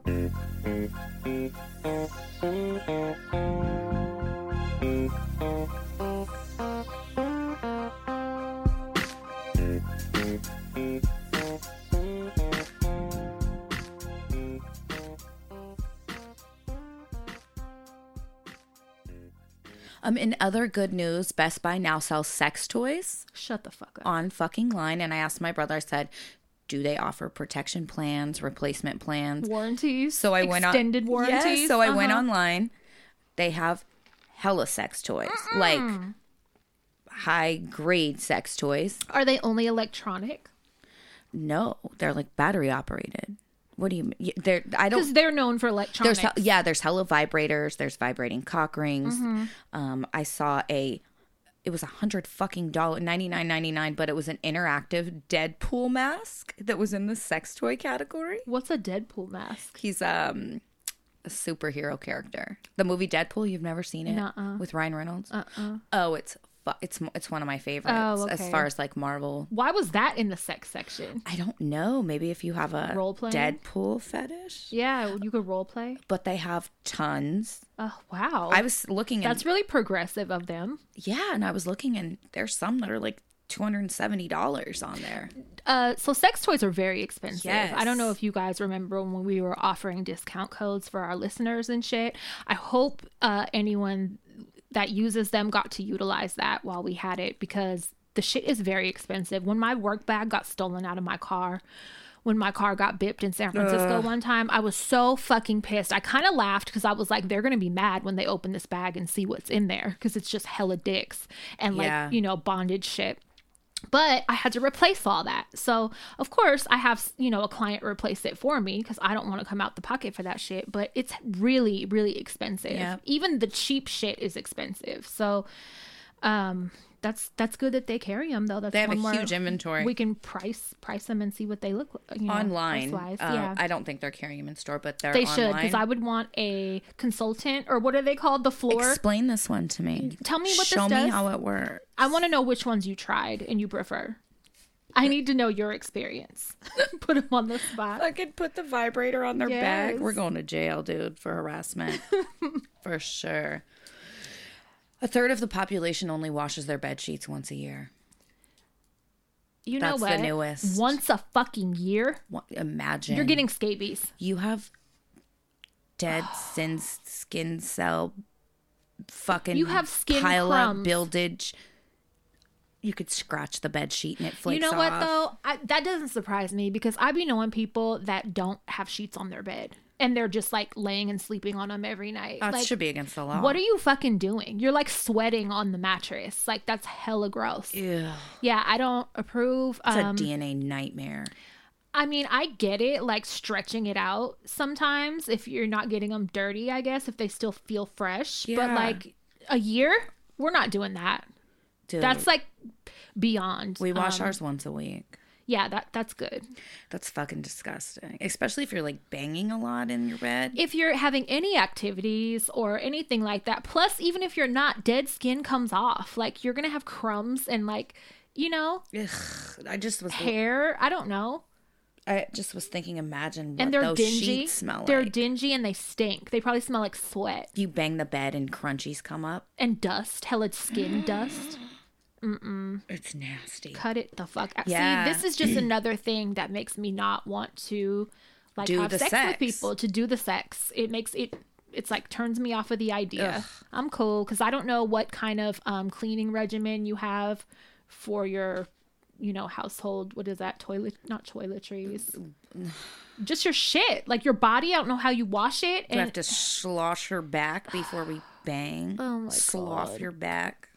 Um, in other good news, Best Buy now sells sex toys Shut the fuck up. on fucking line. And I asked my brother, I said, do they offer protection plans, replacement plans? Warranties. So I went on extended Yeah, warranties. so I went Uh-huh. online. They have hella sex toys, like high grade sex toys. Are they only electronic? No, they're like battery operated. What do you mean? They're I don't because they're known for there's electronics. hel- yeah there's hella vibrators there's vibrating cock rings Mm-hmm. um i saw a it was a hundred fucking dollar 99.99 but it was an interactive deadpool mask that was in the sex toy category What's a Deadpool mask? he's um a superhero character the movie deadpool you've never seen it Nuh-uh. Uh-uh. with ryan reynolds oh it's fu- it's it's one of my favorites Oh, as okay. far as like marvel Why was that in the sex section? i don't know maybe if you have a Role-playing? deadpool fetish Yeah, you could role play. but they have tons Oh wow, i was looking at that's really progressive of them. Yeah, and I was looking, and there's some that are like two hundred and seventy dollars on there. Uh, so sex toys are very expensive. Yes. I don't know if you guys remember when we were offering discount codes for our listeners and shit. I hope uh, anyone that uses them got to utilize that while we had it because the shit is very expensive. When my work bag got stolen out of my car, when my car got bipped in San Francisco one time, I was so fucking pissed. I kind of laughed because I was like, they're going to be mad when they open this bag and see what's in there because it's just hella dicks and like, Yeah. you know, bondage shit but I had to replace all that. So, of course, I have, you know, a client replace it for me because I don't want to come out the pocket for that shit. But it's really, really expensive. Yeah. Even the cheap shit is expensive. So, um, that's that's good that they carry them though. That's They have one a more- huge inventory. We can price price them and see what they look like you know, online. price-wise. uh, yeah. I don't think they're carrying them in store, but they're they online. should because I would want a consultant or what are they called? The floor. Explain this one to me. Tell me what this Show does. me how it works. I want to know which ones you tried and you prefer. I need to know your experience. Put them on the spot. Fucking put the vibrator on their back. Yes. We're going to jail, dude, for harassment. for sure. A third of the population only washes their bed sheets once a year. You know That's the what? newest. Once a fucking year, Wha- Imagine you're getting scabies. you have dead sin skin cell fucking You have skin pile crumbs. of buildage. You could scratch the bed sheet and it you flakes know off. what though? I, that doesn't surprise me because I be knowing people that don't have sheets on their bed and they're just like laying and sleeping on them every night. That like, should be against the law. What are you fucking doing? You're like sweating on the mattress. Like that's hella gross. Ew. Yeah, I don't approve. It's Um, a DNA nightmare. I mean, I get it, like stretching it out sometimes if you're not getting them dirty, I guess, if they still feel fresh. But Yeah. like a year, we're not doing that. Dude, That's like beyond. we wash um, ours once a week. Yeah, that that's good. That's fucking disgusting. Especially if you're like banging a lot in your bed. If you're having any activities or anything like that, plus even if you're not, dead skin comes off. Like you're gonna have crumbs and like, you know, Ugh, I just was hair. I don't know. I just was thinking imagine what and they're those dingy. sheets smell They're like. dingy and they stink. They probably smell like sweat you bang the bed and crunchies come up. and dust, hella skin dust. It's nasty. Cut it the fuck out. Yeah. See, this is just another thing that makes me not want to like Do have the sex, sex. with people to do the sex. It makes it it's like turns me off of the idea. I'm cool because I don't know what kind of um, cleaning regimen you have for your you know household what is that toilet not toiletries just your shit like your body i don't know how you wash it You and have to slosh your back before we bang. Oh my Slough God. your back.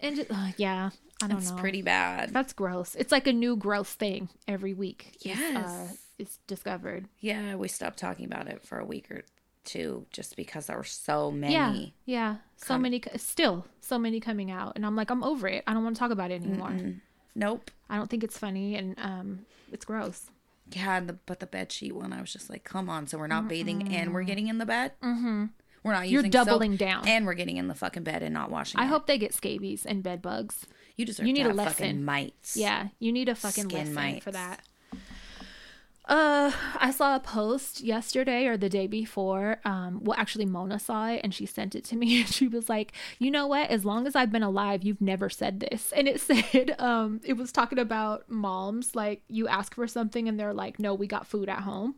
And just, uh, yeah, I don't It's know. pretty bad. That's gross. It's like a new gross thing every week. is, Yes. uh, is discovered. Yeah, we stopped talking about it for a week or two just because there were so Yeah, many. yeah. So many, co- still so many coming out, and I'm like, I'm over it. I don't want to talk about it anymore. Nope. I don't think it's funny, and um, it's gross. Yeah, and the, but the bed sheet one, I was just like, come on. So we're not bathing and we're getting in the bed. Mm-hmm. We're not using You're soap, doubling down. and we're getting in the fucking bed and not washing. I it. hope they get scabies and bed bugs. you deserve. you need to a have lesson. Fucking mites. Yeah, you need a fucking Skin lesson mites. for that. Uh, I saw a post yesterday or the day before. Um, well, actually, Mona saw it and she sent it to me, and she was like, "You know what? As long as I've been alive, you've never said this." And it said, um, it was talking about moms like you ask for something and they're like, "No, we got food at home."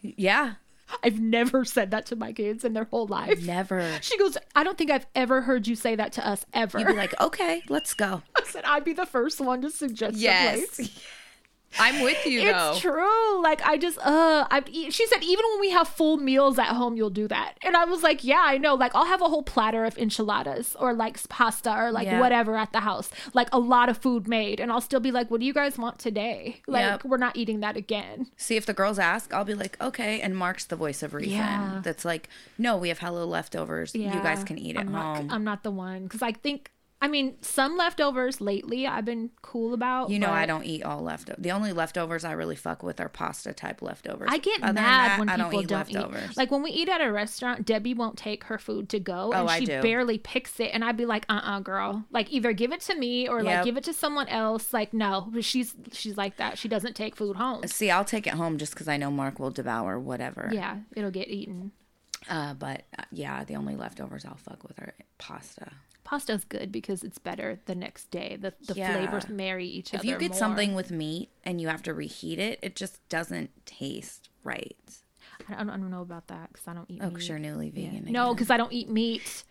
Yeah. I've never said that to my kids in their whole life. Never. She goes, "I don't think I've ever heard you say that to us ever." You'd be like, okay, let's go. I said, "I'd be the first one to suggest a place." I'm with you though. It's true. Like I just, uh, I. She said even when we have full meals at home, you'll do that. And I was like, yeah, I know. Like I'll have a whole platter of enchiladas or like pasta or like Yeah. whatever at the house. Like a lot of food made, and I'll still be like, what do you guys want today? Like Yep. we're not eating that again. See if the girls ask, I'll be like, okay, and Mark's the voice of reason. Yeah. That's like, no, we have hello leftovers. You guys can eat at I'm not, home. I'm not the one because I think. I mean, some leftovers lately I've been cool about. you know, but I don't eat all leftovers. The only leftovers I really fuck with are pasta type leftovers. I get Other than mad that, when I people don't eat don't, leftovers. eat. Like when we eat at a restaurant, Debbie won't take her food to go, and Oh, I she do. barely picks it. And I'd be like, "Uh, uh girl, like either give it to me or like Yep. give it to someone else." Like no, But she's she's like that. She doesn't take food home. See, I'll take it home just because I know Mark will devour whatever. Yeah, it'll get eaten. Uh, but uh, yeah, the only leftovers I'll fuck with are pasta. Pasta's good because it's better the next day. The the Yeah. flavors marry each If other. you get more. something with meat and you have to reheat it, it just doesn't taste right. I don't, I don't know about that because I don't eat. Oh, meat. because you're newly vegan. No, again. because I don't eat meat.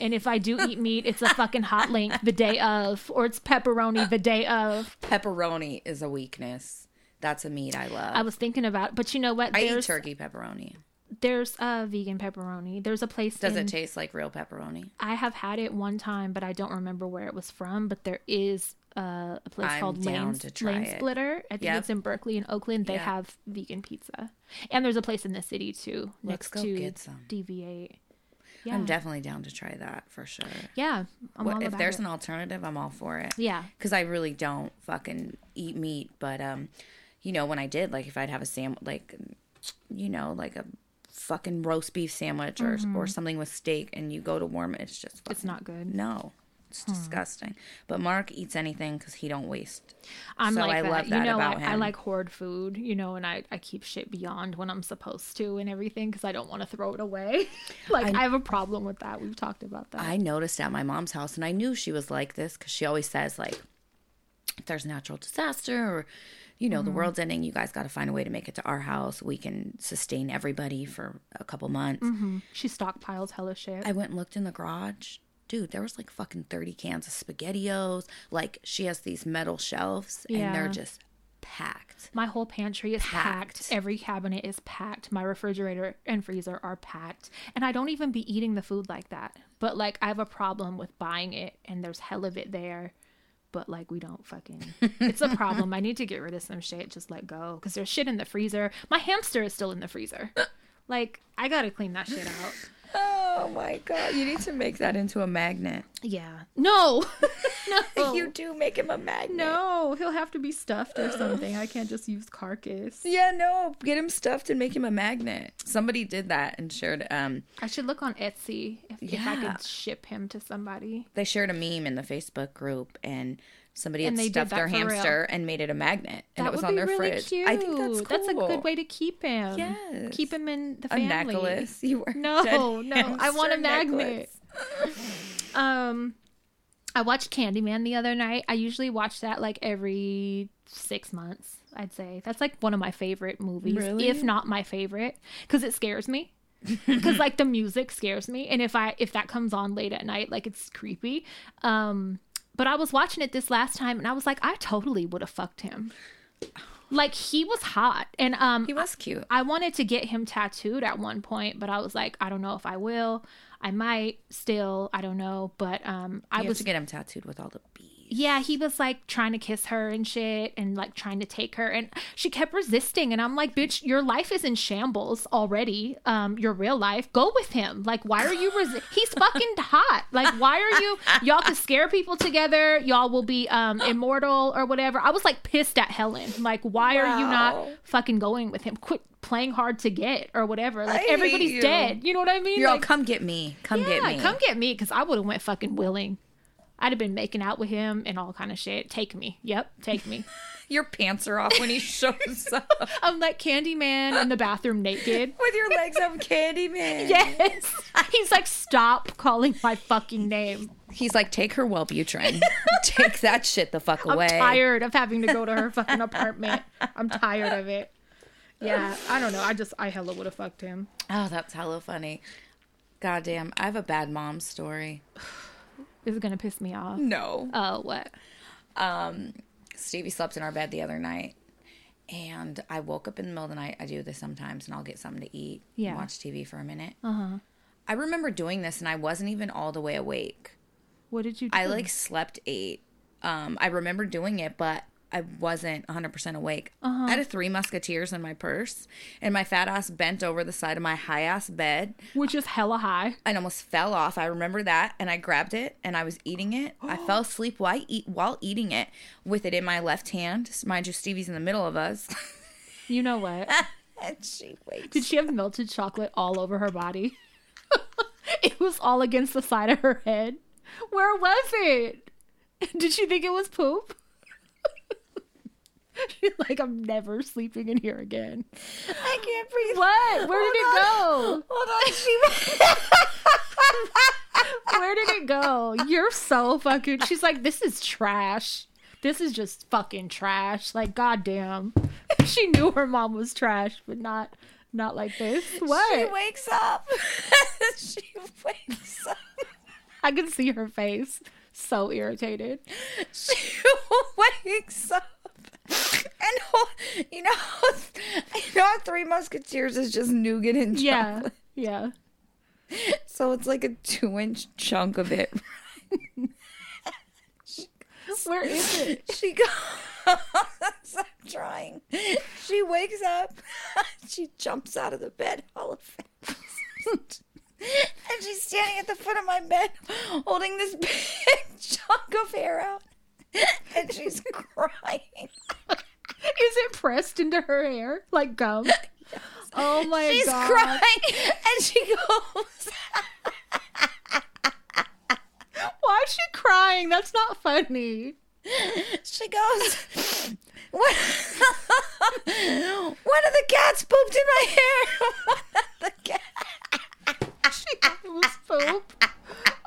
And if I do eat meat, it's a fucking hot link the day of, or it's pepperoni the day of. pepperoni is a weakness. That's a meat I love. I was thinking about, but you know what? I eat There's turkey pepperoni. there's a vegan pepperoni. There's a place. Does in, it taste like real pepperoni? I have had it one time, but I don't remember where it was from. But there is uh, a place I'm called down Lane, to try Lane it. Splitter. I think Yep. it's in Berkeley and Oakland. They Yeah. have vegan pizza, and there's a place in the city too, next go to get some. DV8. Yeah. I'm definitely down to try that for sure. yeah. I'm What- all if about there's it. an alternative, I'm all for it. Yeah. because I really don't fucking eat meat. But um, you know, when I did, like, if I'd have a sam, like, you know, like a fucking roast beef sandwich or or something with steak, and you go to warm it, it's just fucking, It's not good. No, it's disgusting. But Mark eats anything because he don't waste. I'm So like I that. love you that know, about I, I him. like hoard food, you know, and I, I keep shit beyond when I'm supposed to and everything because I don't want to throw it away. like I, have a problem with that. We've talked about that. I noticed at my mom's house, and I knew she was like this because she always says like, if there's a natural disaster or, you know, the world's ending, you guys got to find a way to make it to our house. We can sustain everybody for a couple months. Mhm. She stockpiles hella shit. I went and looked in the garage. Dude, there was like fucking 30 cans of SpaghettiOs. Like she has these metal shelves and they're Yeah. just packed. My whole pantry is packed. Packed. Every cabinet is packed. My refrigerator and freezer are packed. And I don't even be eating the food like that. But like I have a problem with buying it and there's hell of it there. But like we don't fucking It's a problem. I need to get rid of some shit. Just let go cuz there's shit in the freezer. My hamster is still in the freezer. like I got to clean that shit out. Oh my God. You need to make that into a magnet. Yeah. No. no. do make him a magnet. no, he'll have to be stuffed or something. I can't just use carcass. Yeah, no. Get him stuffed and make him a magnet. Somebody did that and shared um I should look on Etsy if, if I Yeah. could ship him to somebody. they shared a meme in the Facebook group and somebody And had they did stuffed that their for real. hamster and made it a magnet and it was on their fridge. I think that's cool. a good way to keep him. Yes. Keep him in the a family. necklace. You were No, no. I want a magnet. Um I watched Candyman the other night. I usually watch that like every six months, I'd say. That's like one of my favorite movies, Really? if not my favorite, because it scares me. Because like the music scares me, and if I if that comes on late at night, like it's creepy. Um, but I was watching it this last time, and I was like, I totally would have fucked him. Like he was hot, and um, He was cute. I wanted to get him tattooed at one point, but I was like, I don't know if I will. I might still. I don't know. But um, I I was was. to get him tattooed with all the bees. yeah, he was like trying to kiss her and shit and like trying to take her and she kept resisting and I'm like, "Bitch, your life is in shambles already. Um your real life. Go with him. Like why are you resi- he's fucking hot. Like why are you y'all can scare people together. Y'all will be um immortal or whatever." I was like pissed at Helen. Like why are you not Wow. fucking going with him? Quit playing hard to get or whatever. Like hate everybody's you. dead. You know what I mean? You're all Like- come get me. Come get yeah, me. come get me because I would have went fucking willing. I'd have been making out with him and all kind of shit. Take me. Yep, take me. Your pants are off when he shows up. I'm like Candyman in the bathroom naked. With your legs up, Candyman. Yes. He's like, stop calling my fucking name. He's like, take her Wellbutrin. take that shit the fuck I'm away. tired of having to go to her fucking apartment. I'm tired of it. Yeah, I don't know. I just, I hella would have fucked him. Oh, that's hella funny. Goddamn, I have a bad mom story. This is gonna piss me off. No. Oh, what? um, Stevie slept in our bed the other night, and I woke up in the middle of the night. I do this sometimes, and I'll get something to eat, and Yeah. watch TV for a minute. Uh-huh. I remember doing this, and I wasn't even all the way awake. What did you do? I like slept eight. Um, I remember doing it, but I wasn't 100% awake. I had a Three Musketeers in my purse, and my fat ass bent over the side of my high ass bed Which is hella high. and almost fell off. I remember that, and I grabbed it and I was eating it. I fell asleep while, eat, while eating it with it in my left hand. Mind you, Stevie's in the middle of us. You know what? and she wakes. Did she have melted chocolate all over her body? it was all against the side of her head. Where was it? Did she think it was poop? She's like, I'm never sleeping in here again. I can't breathe. What? Where did it go? Hold on, she. Where did it go? You're so fucking. She's like, this is trash. This is just fucking trash. Like, goddamn. She knew her mom was trash, but not not like this. She What? wakes up. she wakes up. I can see her face. So irritated. She wakes up. And ho- you know, you know, Three Musketeers is just nougat and chocolate. Yeah. Yeah. So it's like a two-inch chunk of it. Where is it? She goes. I'm trying. She wakes up. she jumps out of the bed, all of fast. and she's standing at the foot of my bed holding this big chunk of hair out. And she's crying. Is it pressed into her hair like gum? Oh my She's god. crying. And she goes, Why is she crying? That's not funny. she goes, what? One of the cats pooped in my hair. One of the cats. She thought it was poop.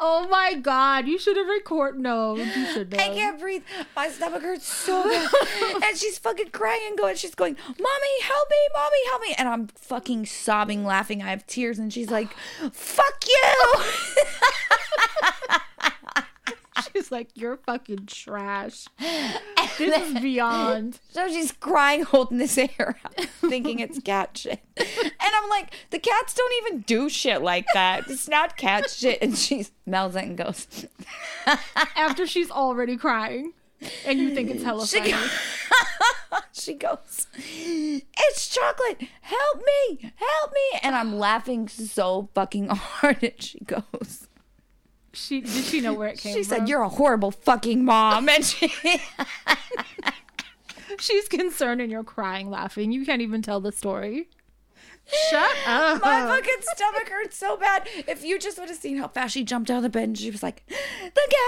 Oh my god, you should have record no, you should I have. can't breathe. My stomach hurts so bad. and she's fucking crying and going, she's going, Mommy, help me, mommy, help me. And I'm fucking sobbing, laughing. I have tears. And she's like, Fuck you. She's like, You're fucking trash. This is beyond. so she's crying, holding this hair out, thinking it's cat shit. And I'm like, the cats don't even do shit like that. It's not cat shit. And she smells it and goes, After she's already crying. And you think it's hella She funny. goes, she goes, It's chocolate. Help me. Help me. And I'm laughing so fucking hard. And she goes, She did she know where it came She from? said, You're a horrible fucking mom. And she, She's concerned and you're crying laughing. You can't even tell the story. Shut up. my fucking stomach hurts so bad. If you just would have seen how fast she jumped out of the bed and she was like, The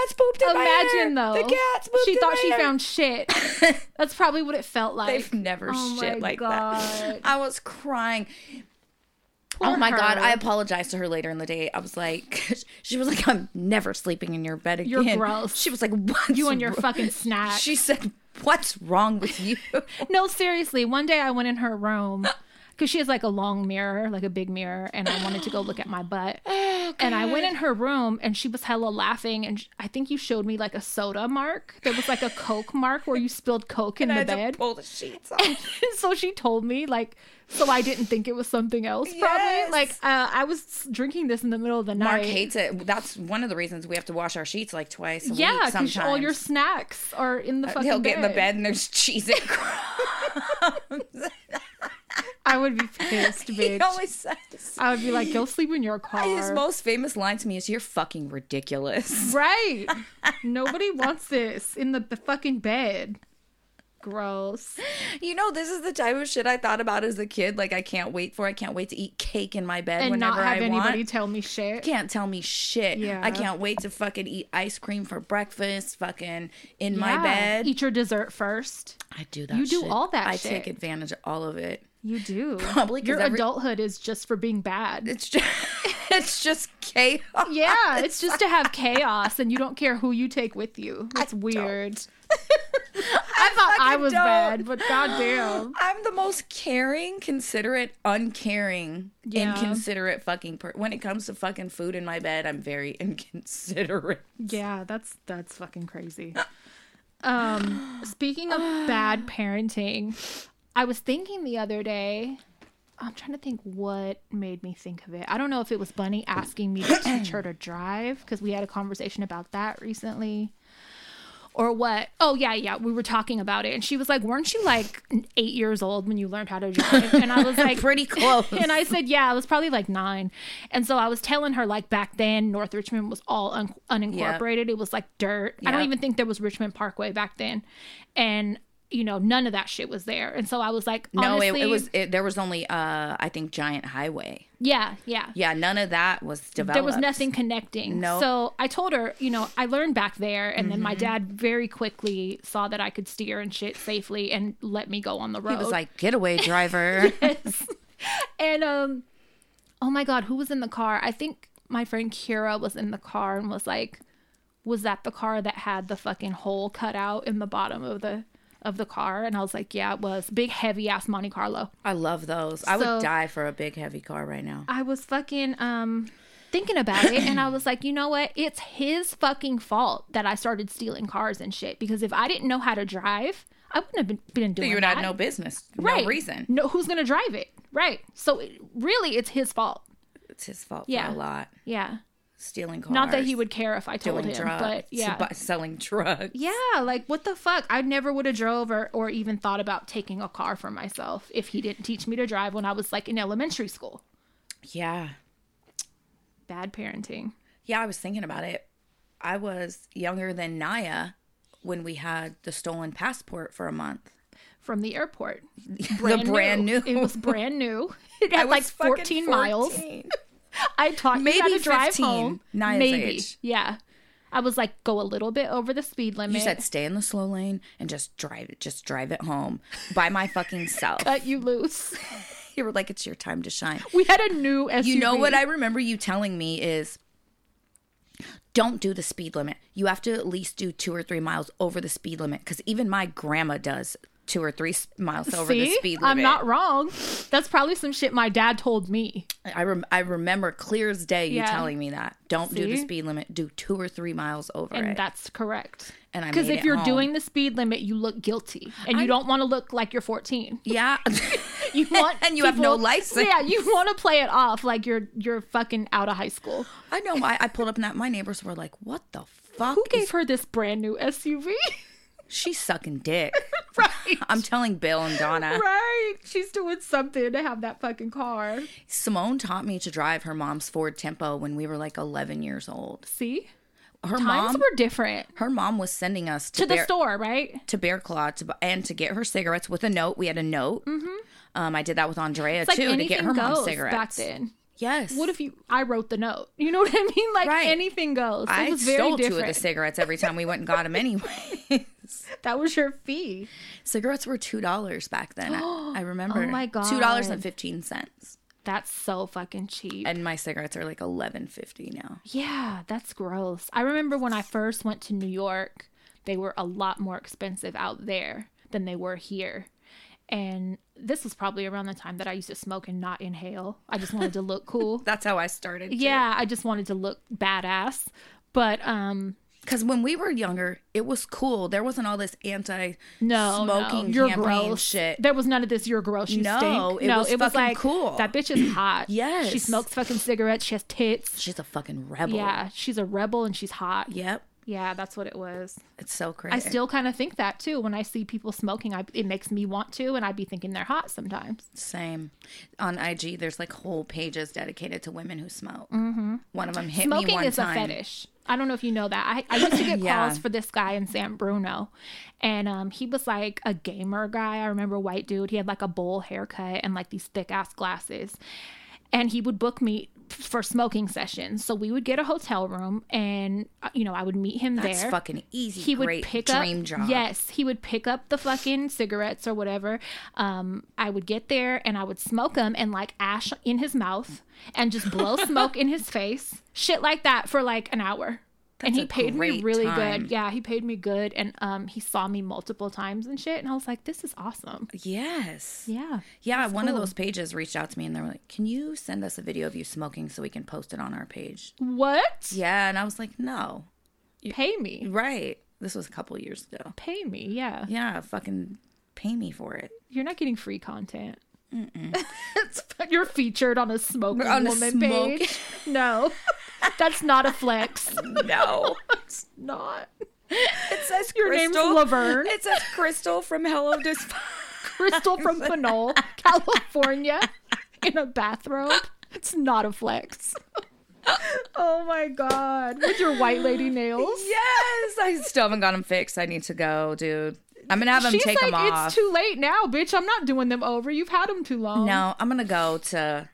cat's pooped in Imagine my though. hair. The cat's pooped She in thought my she hair." found shit. That's probably what it felt like. They've never Oh my shit like God. that. I was crying. Poor oh my god! her. I apologized to her later in the day. I was like, she was like, "I'm never sleeping in your bed again." You're gross. She was like, "What's you and your wro-" fucking snack. She said, "What's wrong with you?" No, seriously. One day I went in her room because she has like a long mirror, like a big mirror, and I wanted to go look at my butt. Oh, and I went in her room and she was hella laughing. And sh- I think you showed me like a soda mark. There was like a Coke mark where you spilled Coke in I the had bed. to pull the sheets off. so she told me like so i didn't think it was something else probably Yes. like uh, i was drinking this in the middle of the Mark night hates it. That's one of the reasons we have to wash our sheets like twice. A yeah week because sometimes. Uh, all your snacks are in the fucking He'll get in the bed and there's cheese and crumbs. i would be pissed he bitch always says. i would be like go sleep in your car His most famous line to me is, "You're fucking ridiculous." right nobody wants this in the, the fucking bed gross You know, this is the type of shit I thought about as a kid. Like, I can't wait for. I can't wait to eat cake in my bed and whenever not have I anybody want. tell me shit Can't tell me shit. Yeah. I can't wait to fucking eat ice cream for breakfast. Fucking in my Yeah. bed. eat your dessert first I do that. You do shit. all that I shit. take advantage of all of it. you do Probably 'cause your every- adulthood is just for being bad It's just, it's just chaos. Yeah, it's just to have chaos and you don't care who you take with you. That's weird. I thought I fucking was don't. bad, but goddamn. I'm the most caring, considerate, uncaring, Yeah. inconsiderate fucking person. When it comes to fucking food in my bed, I'm very inconsiderate. Yeah, that's that's fucking crazy. Um speaking of bad parenting, I was thinking the other day I'm trying to think what made me think of it. I don't know if it was Bunny asking me to teach her to drive because we had a conversation about that recently. Or what? Oh yeah, yeah. We were talking about it, and she was like, "Weren't you like eight years old when you learned how to drive?" And I was like, Pretty close. and I said, "Yeah, I was probably like nine. And so I was telling her like back then, North Richmond was all un- unincorporated. It was like dirt. I don't Yep. even think there was Richmond Parkway back then, and you know none of that shit was there. And so I was like, No, honestly, it, it was it, there was only uh I think Giant Highway. yeah, yeah. Yeah, none of that was developed. There was nothing connecting. No. So I told her, you know, I learned back there, and then Mm-hmm. my dad very quickly saw that I could steer and shit safely, and let me go on the road. It was like getaway driver. and um oh my god who was in the car i think my friend kira was in the car and was like was that the car that had the fucking hole cut out in the bottom of the of the car and i was like yeah it was big heavy ass monte carlo I love those. I So- Oh would die for a big heavy car right now. I was fucking um thinking about it and I was like, you know what? It's his fucking fault that I started stealing cars and shit because if I didn't know how to drive, I wouldn't have been, been doing You would that. have no business, right. no reason. No who's going to drive it? Right. So it, really it's his fault. It's his fault Yeah. for a lot. Yeah. Stealing cars. Not that he would care if I told doing him, drugs, but yeah. bu- selling drugs. yeah, like what the fuck? I never would have drove or, or even thought about taking a car for myself if he didn't teach me to drive when I was like in elementary school. Yeah, bad parenting. Yeah, I was thinking about it. I was younger than Naya when we had the stolen passport for a month. From the airport, the brand new. It was brand new. It I had was like fucking 14 miles. 14. I taught you how Maybe to drive 15, home. Naya's Maybe, age. yeah. I was like, go a little bit over the speed limit. You said stay in the slow lane and just drive it, just drive it home by my fucking self. cut you loose. You were like, it's your time to shine. We had a new SUV. You know what I remember you telling me is don't do the speed limit. You have to at least do two or three miles over the speed limit because even my grandma does two or three s- miles over the See? speed limit. I'm not wrong. That's probably some shit my dad told me. I, rem- I remember clear as day you Yeah. telling me that. Don't do the See? speed limit. Do two or three miles over And it. that's correct. And I Because made if it you're home. doing the speed limit, you look guilty, and you don't want to look like you're 14. yeah, You want And you have no license. Yeah, you want to play it off like you're you're fucking out of high school. I know. I, I pulled up and that my neighbors were like, "What the fuck? Who is- gave her this brand new SUV? She's sucking dick." right, I'm telling Bill and Donna. right. She's doing something to have that fucking car. Simone taught me to drive her mom's Ford Tempo when we were like 11 years old. See, Her times mom, were different. her mom was sending us to, To the Bear- store, right? to Bear Claw to, bu- and to get her cigarettes with a note. We had a note. Um, I did that with Mm-hmm. Andrea It's like too to anything get her goes mom cigarettes. back then. Yes. What if you? I wrote the note. You know what I mean? Like Right. anything goes. It I was very stole two of the different. cigarettes every time we went and got them anyway. that was your fee. cigarettes were two dollars back then. I, I remember. Oh my two dollars and God. fifteen cents. That's so fucking cheap. And my cigarettes are like eleven fifty now. yeah, that's gross. I remember when I first went to New York, they were a lot more expensive out there than they were here. And this was probably around the time that I used to smoke and not inhale. I just wanted to look cool. That's how I started. too. yeah, I just wanted to look badass. But um Because when we were younger, it was cool. There wasn't all this anti no, smoking no, you're campaign gross. shit. There was none of this. You're gross. You No, stink. it no, was it was fucking like cool. That bitch is hot. Yes. she smokes fucking cigarettes. She has tits. She's a fucking rebel. Yeah, she's a rebel and she's hot. Yep. Yeah, that's what it was. It's so crazy. I still kind of think that too. When I see people smoking, I, it makes me want to, and I'd be thinking they're hot sometimes. Same. On IG, there's like whole pages dedicated to women who smoke. Mm-hmm. One of them hit me Smoking one is time. a fetish. I don't know if you know that. I, I used to get Yeah. calls for this guy in San Bruno, and um, he was like a gamer guy. I remember a white dude. He had like a bowl haircut and like these thick ass glasses, and he would book me for smoking sessions. So we would get a hotel room, and uh, you know I would meet him That's there. fucking easy. he would great pick dream up job. yes he would pick up the fucking cigarettes or whatever um i would get there and i would smoke them and like ash in his mouth and just blow smoke in his face shit like that for like an hour and That's he a paid me great really time. good yeah he paid me good and um he saw me multiple times and shit and i was like this is awesome Yes. yeah Yeah, one of cool. those pages reached out to me and they were like, Can you send us a video of you smoking so we can post it on our page? what Yeah. And I was like, No. pay me Right. This was a couple years ago. pay me yeah Yeah, fucking pay me for it. you're not getting free content you're featured on a smoking On a woman smoke- page no that's not a flex No. not It says Your name's Laverne. It says Crystal from Hello Disp. Crystal from Pinole, California, in a bathrobe. It's not a flex. oh my god, with your white lady nails. yes, I still haven't got them fixed. I need to go, dude. I'm gonna have him She's take like, them off. it's too late now, bitch. I'm not doing them over. You've had them too long. no, I'm gonna go to,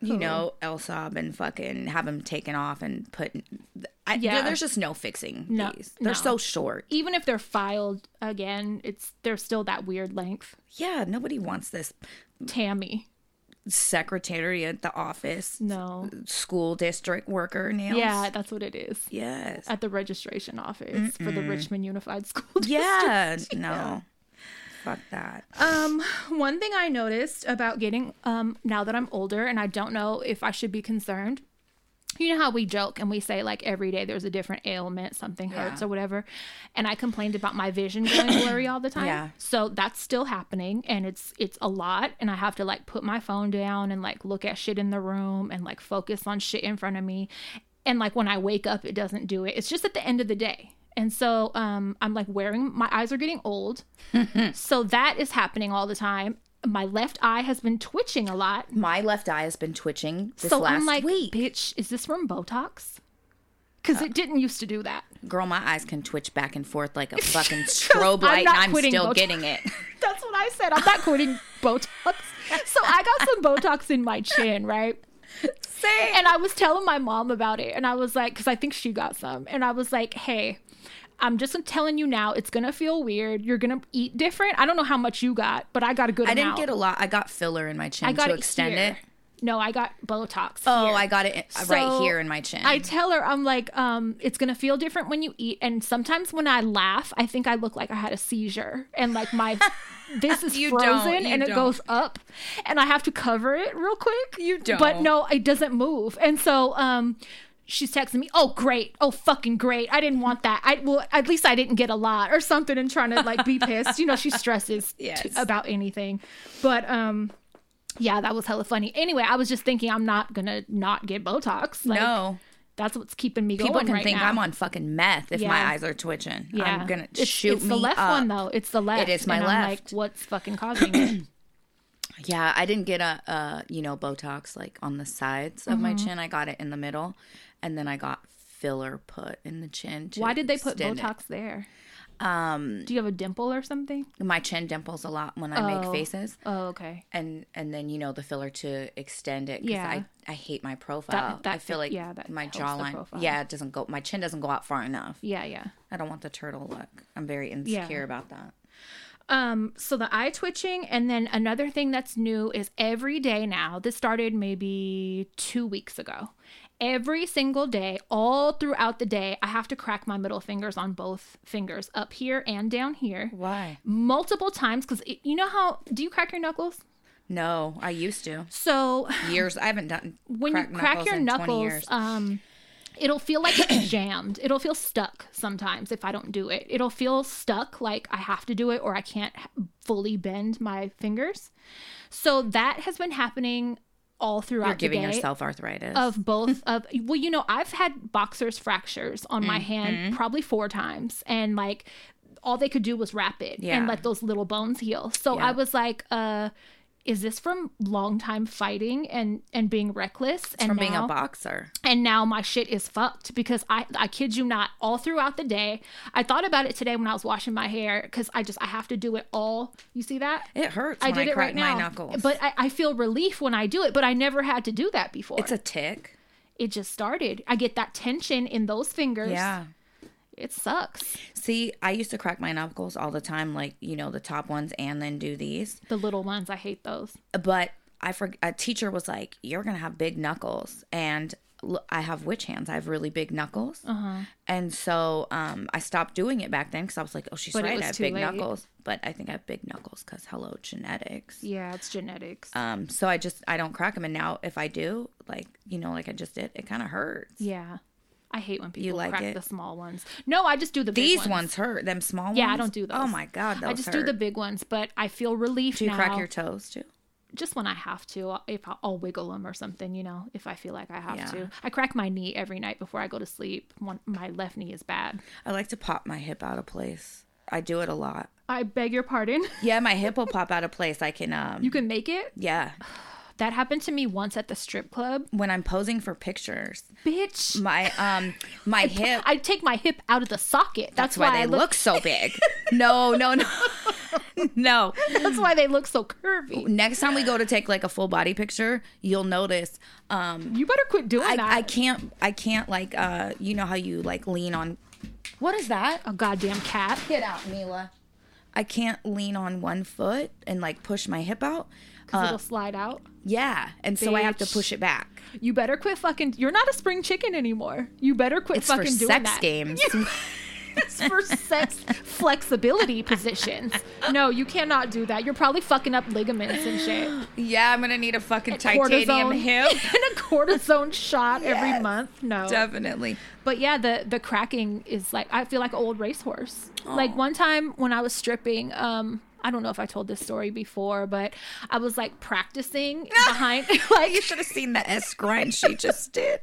you Who? know, El Sob and fucking have them taken off and put. I, Yeah. there's just no fixing No, these. They're no. so short. Even if they're filed again, it's they're still that weird length. Yeah, nobody wants this Tammy, secretary at the office, no, school district worker nails. yeah, that's what it is Yes. at the registration office for the Richmond Unified School. Yeah. No. Fuck that. Um, one thing I noticed about getting um now that I'm older and I don't know if I should be concerned. You know how we joke and we say like every day there's a different ailment, something hurts or whatever. And I complained about my vision going blurry all the time. Yeah. So that's still happening and it's it's a lot and I have to like put my phone down and like look at shit in the room and like focus on shit in front of me. And like when I wake up it doesn't do it. It's just at the end of the day. And so um I'm like wearing my eyes are getting old. So that is happening all the time. my left eye has been twitching a lot. My left eye has been twitching this so last I'm like, week. bitch, is this from Botox? Because it didn't used to do that. Girl, my eyes can twitch back and forth like a fucking strobe light, not and I'm quitting still Botox. getting it. That's what I said. I'm not quoting Botox. So I got some Botox in my chin, right? Say, And I was telling my mom about it. And I was like, because I think she got some. And I was like, hey, I'm just telling you now, it's going to feel weird. You're going to eat different. I don't know how much you got, but I got a good I amount. didn't get a lot. I got filler in my chin I got to it extend here. it. No, I got Botox. Oh, here. I got it in- right So, here in my chin. I tell her, I'm like, um, it's gonna feel different when you eat. And sometimes when I laugh, I think I look like I had a seizure and like my this is You don't, frozen you and it don't. goes up and I have to cover it real quick. You don't. But no, it doesn't move. And so um she's texting me, Oh great, oh fucking great. I didn't want that. I well at least I didn't get a lot or something and trying to like be pissed. You know, she stresses t- Yes. about anything. But um yeah, that was hella funny. Anyway, I was just thinking I'm not gonna not get Botox. Like, no, that's what's keeping me people going can right think now. I'm on fucking meth if Yeah. my eyes are twitching. I'm gonna It's- shoot it's me the left up. one though. It's the left. is my and I'm like, left. what's fucking causing it? Yeah, I didn't get a, uh, you know, Botox like on the sides of my Mm-hmm. chin. I got it in the middle, and then I got filler put in the chin. To Why did they put extend it. Botox there? Um, Do you have a dimple or something? My chin dimples a lot when I make Oh. faces, Oh, okay. and and then you know the filler to extend it. 'cause Yeah. I, I hate my profile. I that- feel like yeah, that my helps the jawline. profile. Yeah, it doesn't go. My chin doesn't go out far enough. Yeah, yeah. I don't want the turtle look. I'm very insecure about that. Um, so the eye twitching, and then another thing that's new is every day now. This started maybe two weeks ago. Every single day, all throughout the day, I have to crack my middle fingers on both fingers, up here and down here, Why? multiple times. Because you know how do you crack your knuckles? No, I used to. So Years. I haven't done. when cracked you crack your in 20 knuckles, years. um, it'll feel like it's jammed. It'll feel stuck sometimes if I don't do it. It'll feel stuck, like I have to do it or I can't h- fully bend my fingers. So that has been happening all throughout You're giving the day yourself arthritis. of both of well you know i've had boxers fractures on my hand Mm-hmm. probably four times and like all they could do was wrap it Yeah. and let those little bones heal so Yeah. i was like uh is this from long time fighting and and being reckless and from being now- a boxer. and now my shit is fucked because I I kid you not all throughout the day I thought about it today when I was washing my hair because I just I have to do it all you see that It hurts I when did I it crack right my now knuckles. but I, I feel relief when I do it but I never had to do that before it's a tick. it just started. I get that tension in those fingers. Yeah. It sucks. See, I used to crack my knuckles all the time, like, you know, the top ones and then do these. The little ones, I hate those. But I for a teacher was like, You're gonna have big knuckles and l- I have witch hands. I have really big knuckles, Uh-huh. and so um, I stopped doing it back then because I was like, "Oh, she's But it right. was I have too big late. knuckles." But I think I have big knuckles because hello genetics. Yeah, it's genetics. Um, so I just I don't crack them, and now if I do, like you know, like I just did, it kind of hurts. yeah. I hate when people like crack it? the small ones. No, I just do the big These ones. ones. hurt. Them small ones. Yeah, I don't do Oh those. my god, those I just do hurt. the big ones, but I feel relief Do you now. crack your toes too? just when I have to, if I'll, I'll wiggle them or something, you know, if I feel like I have Yeah. to. I crack my knee every night before I go to sleep. One, my left knee is bad. I like to pop my hip out of place. I do it a lot. I beg your pardon. Yeah, my hip will pop out of place. I can um you can make it. yeah. That happened to me once at the strip club. When I'm posing for pictures, Bitch. my um my hip I take my hip out of the socket. That's, that's why, they I look... so big. No, no, no. no. That's why they look so curvy. Next time we go to take like a full body picture, you'll notice um You better quit doing that. I, I can't I can't like uh you know how you like lean on what is that? a goddamn cat. Get out, Mila. I can't lean on one foot and like push my hip out. Because it'll slide out. Yeah, and so I have to Bitch. push it back. You better quit fucking. You're not a spring chicken anymore. You better quit It's for fucking doing sex that. games. It's for sex flexibility positions. No, you cannot do that. You're probably fucking up ligaments and shit. yeah, I'm gonna need a fucking titanium Cortisone hip. and a cortisone shot every month. No. Definitely. But yeah, the the cracking is like I feel like an old racehorse. Like one time when I was stripping, um, I don't know if I told this story before, but I was like practicing behind like You should have seen the S grind she just did.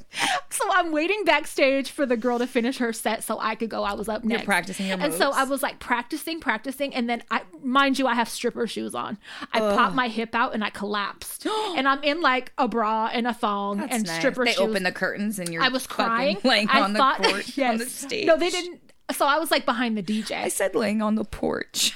so I'm waiting backstage for the girl to finish her set so I could go. I was up next. practicing your And so moves. I was like practicing, practicing, and then I mind you, I have stripper shoes on. I popped my hip out and I collapsed. and I'm in like a bra and a thong and stripper They shoes. opened the curtains and you're I was fucking crying. laying I on the thought- porch on the Yes. stage. No, they didn't so I was like behind the DJ. I said laying on the porch.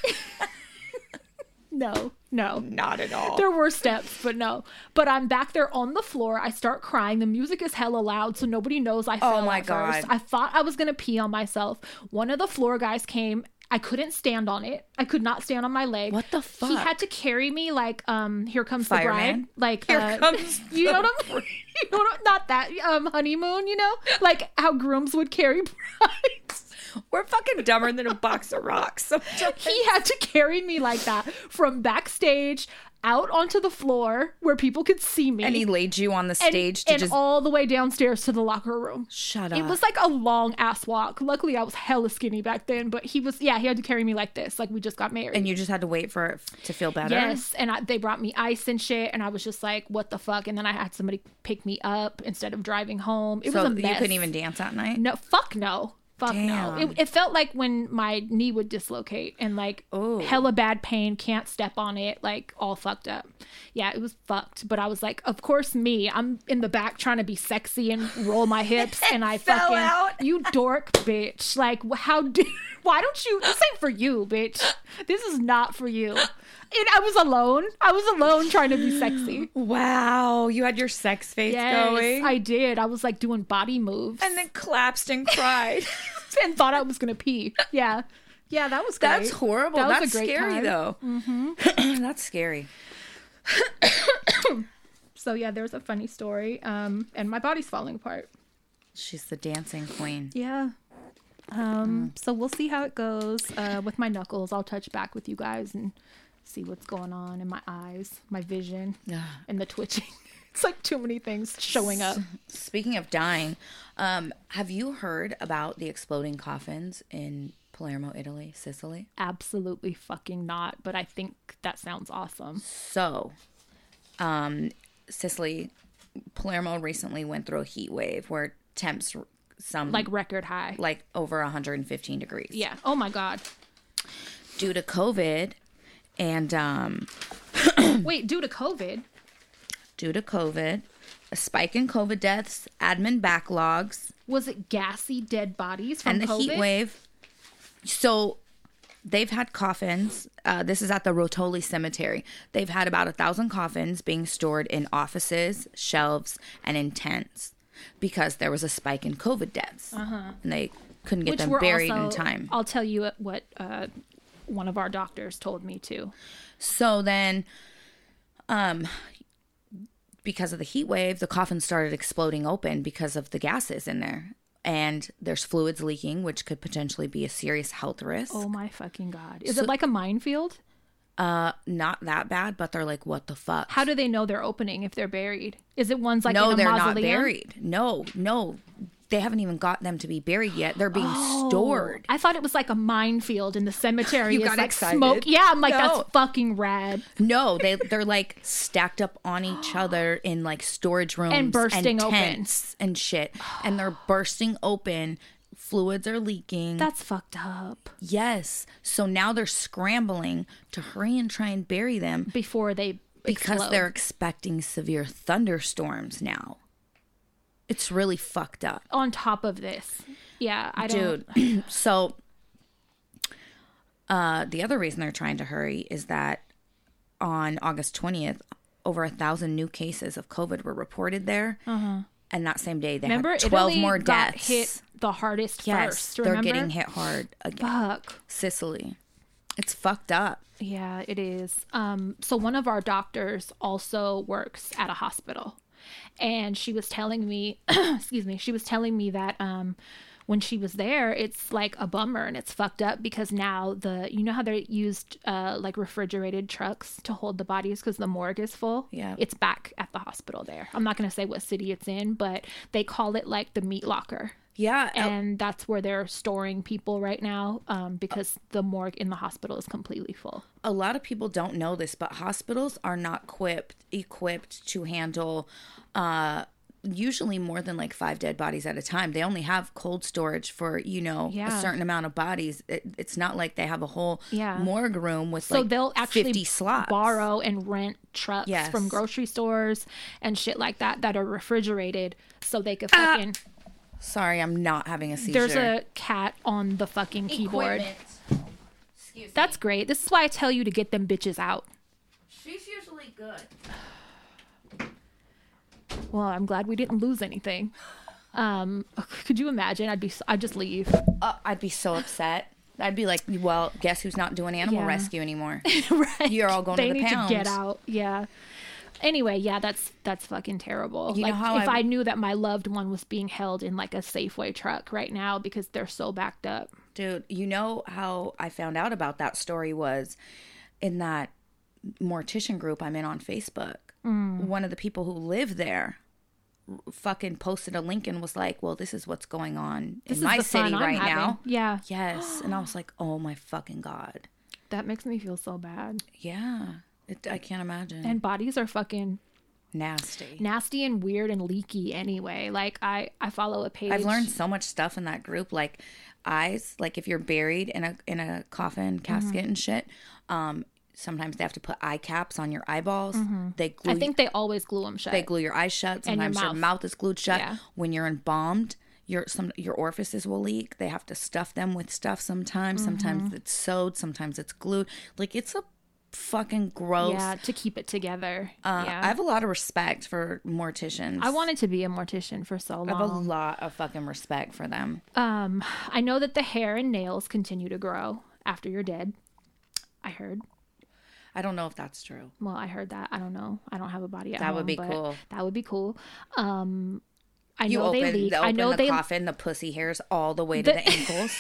no, no. Not at all. There were steps, but no. But I'm back there on the floor. I start crying. The music is hella loud, so nobody knows I fell. Oh my at first. God. I thought I was gonna pee on myself. One of the floor guys came. I couldn't stand on it. I could not stand on my leg. What the He fuck? had to carry me like um here comes the bride. Fireman? Like Here uh, comes you know what I'm you know what I'm, not that um honeymoon, you know? Like how grooms would carry brides. We're fucking dumber than a box of rocks. sometimes. he had to carry me like that from backstage out onto the floor where people could see me and he laid you on the and- stage to and just all the way downstairs to the locker room. shut up. It was like a long ass walk. Luckily, I was hella skinny back then, but he was, yeah, he had to carry me like this. Like, we just got married. and you just had to wait for it f- to feel better. yes. And I, they brought me ice and shit. And I was just like, what the fuck? And then I had somebody pick me up instead of driving home. It So was a you mess. couldn't even dance that night. No, fuck no. Fuck no. Damn. It, it felt like when my knee would dislocate and like Oh. hella bad pain, can't step on it, like all fucked up. Yeah, it was fucked. But I was like, of course, me. I'm in the back trying to be sexy and roll my hips, and I Fell fucking out. you dork bitch. Like, wh- how do? Why don't you? This ain't for you, bitch. This is not for you. And I was alone. I was alone trying to be sexy. Wow, you had your sex face Yes, going, I did. I was like doing body moves. and then collapsed and cried. and thought I was gonna pee. Yeah, yeah, that was great. That's horrible. That was a That's great scary time. Mm-hmm. though. That's scary. So yeah, there's a funny story. Um, and my body's falling apart. She's the dancing queen. Yeah. Um, so we'll see how it goes. Uh, with my knuckles, I'll touch back with you guys and see what's going on in my eyes, my vision, and the twitching. It's like too many things showing up. Speaking of dying, um, have you heard about the exploding coffins in Palermo, Italy, Sicily? Absolutely fucking not. But I think that sounds awesome. So, um, Sicily, Palermo recently went through a heat wave where temps r- some Like record high. like over 115 degrees. yeah. Oh my god. Due to COVID and um, Wait, due to COVID. due to COVID, a spike in COVID deaths, admin backlogs, Was it gassy dead bodies from and the COVID? heat wave. So they've had coffins. Uh, this is at the Rotoli Cemetery. They've had about a thousand coffins being stored in offices, shelves, and in tents because there was a spike in COVID deaths, Uh-huh. and they couldn't get them buried in time. I'll tell you what uh, one of our doctors told me too. So then, um, because of the heat wave, the coffin started exploding open because of the gases in there. And there's fluids leaking, which could potentially be a serious health risk. Oh my fucking god! Is it like a minefield? Uh, not that bad, but they're like, what the fuck? How do they know they're opening if they're buried? Is it ones like no, in a they're mausoleum? not buried. No, no, they haven't even got them to be buried yet. They're being Oh. stored. I thought it was like a minefield in the cemetery. You It's got like excited. smoke. Yeah, I'm like No. that's fucking rad No, they they're like stacked up on each other in like storage rooms bursting open. tents and shit, and they're bursting open. Fluids are leaking. that's fucked up yes, so now they're scrambling to hurry and try and bury them before they because explode. they're expecting severe thunderstorms now. It's really fucked up. on top of this. Yeah, I don't. dude so uh the other reason they're trying to hurry is that on august 20th over a thousand new cases of covid were reported there and that same day they Uh-huh. remember had 12 Italy more got deaths hit the hardest yes first. they're Remember? getting hit hard again Fuck. sicily it's fucked up Yeah, it is. Um, so one of our doctors also works at a hospital, and she was telling me, excuse me, she was telling me that um, when she was there, it's like a bummer and it's fucked up because now the you know how they used uh, like refrigerated trucks to hold the bodies because the morgue is full. Yeah. it's back at the hospital there. I'm not gonna say what city it's in, but they call it like the meat locker. Yeah. uh, and that's where they're storing people right now um, because the morgue in the hospital is completely full. a lot of people don't know this, but hospitals are not equipped equipped to handle uh usually more than like five dead bodies at a time. They only have cold storage for, you know, Yeah. a certain amount of bodies. It, it's not like they have a whole Yeah. morgue room with So like they'll actually 50 slots. borrow and rent trucks Yes. from grocery stores and shit like that that are refrigerated so they Uh, could fucking. Sorry, I'm not having a seizure. There's a cat on the fucking keyboard. Excuse That's great. This is why I tell you to get them bitches out. She's usually good. Well, I'm glad we didn't lose anything. Um, could you imagine? I'd be, I'd just leave. Uh, I'd be so upset. I'd be like, well, guess who's not doing animal Yeah. rescue anymore? right. You're all going to they the need pound. to get out. Yeah. Anyway, yeah, that's that's fucking terrible. You know like how if I... I- knew that my loved one was being held in like a Safeway truck right now because they're so backed up. Dude, you know how I found out about that story was in that mortician group I'm in on Facebook. Mm. One of the people who live there fucking posted a link and was like, "Well, this is what's going on This in is my the fun city I'm right having. now." Yeah. Yes, and I was like, "Oh my fucking god." That makes me feel so bad. Yeah. It, I can't imagine. And bodies are fucking Nasty. nasty and weird and leaky anyway. Like I I follow a page I've learned so much stuff in that group, like eyes, like if you're buried in a in a coffin casket Mm-hmm. and shit, um, sometimes they have to put eye caps on your eyeballs. They Mm-hmm. glue I think they always glue them shut. they glue your eyes shut. And your Sometimes your mouth. mouth is glued shut. Yeah. When you're embalmed, your some your orifices will leak. They have to stuff them with stuff sometimes. Mm-hmm. Sometimes it's sewed, sometimes it's glued. Like it's a fucking gross yeah, to keep it together. uh, yeah. I have a lot of respect for morticians. I wanted to be a mortician for so long. I have a lot of fucking respect for them. Um, I know that the hair and nails continue to grow after you're dead. I heard. I don't know if that's true. Well, I heard that. I don't know. I don't have a body at That would home, be but cool. That would be cool. Um, I You know open, they leak. the, I open know the they. coffin, the pussy hairs all the way to The- the, ankles.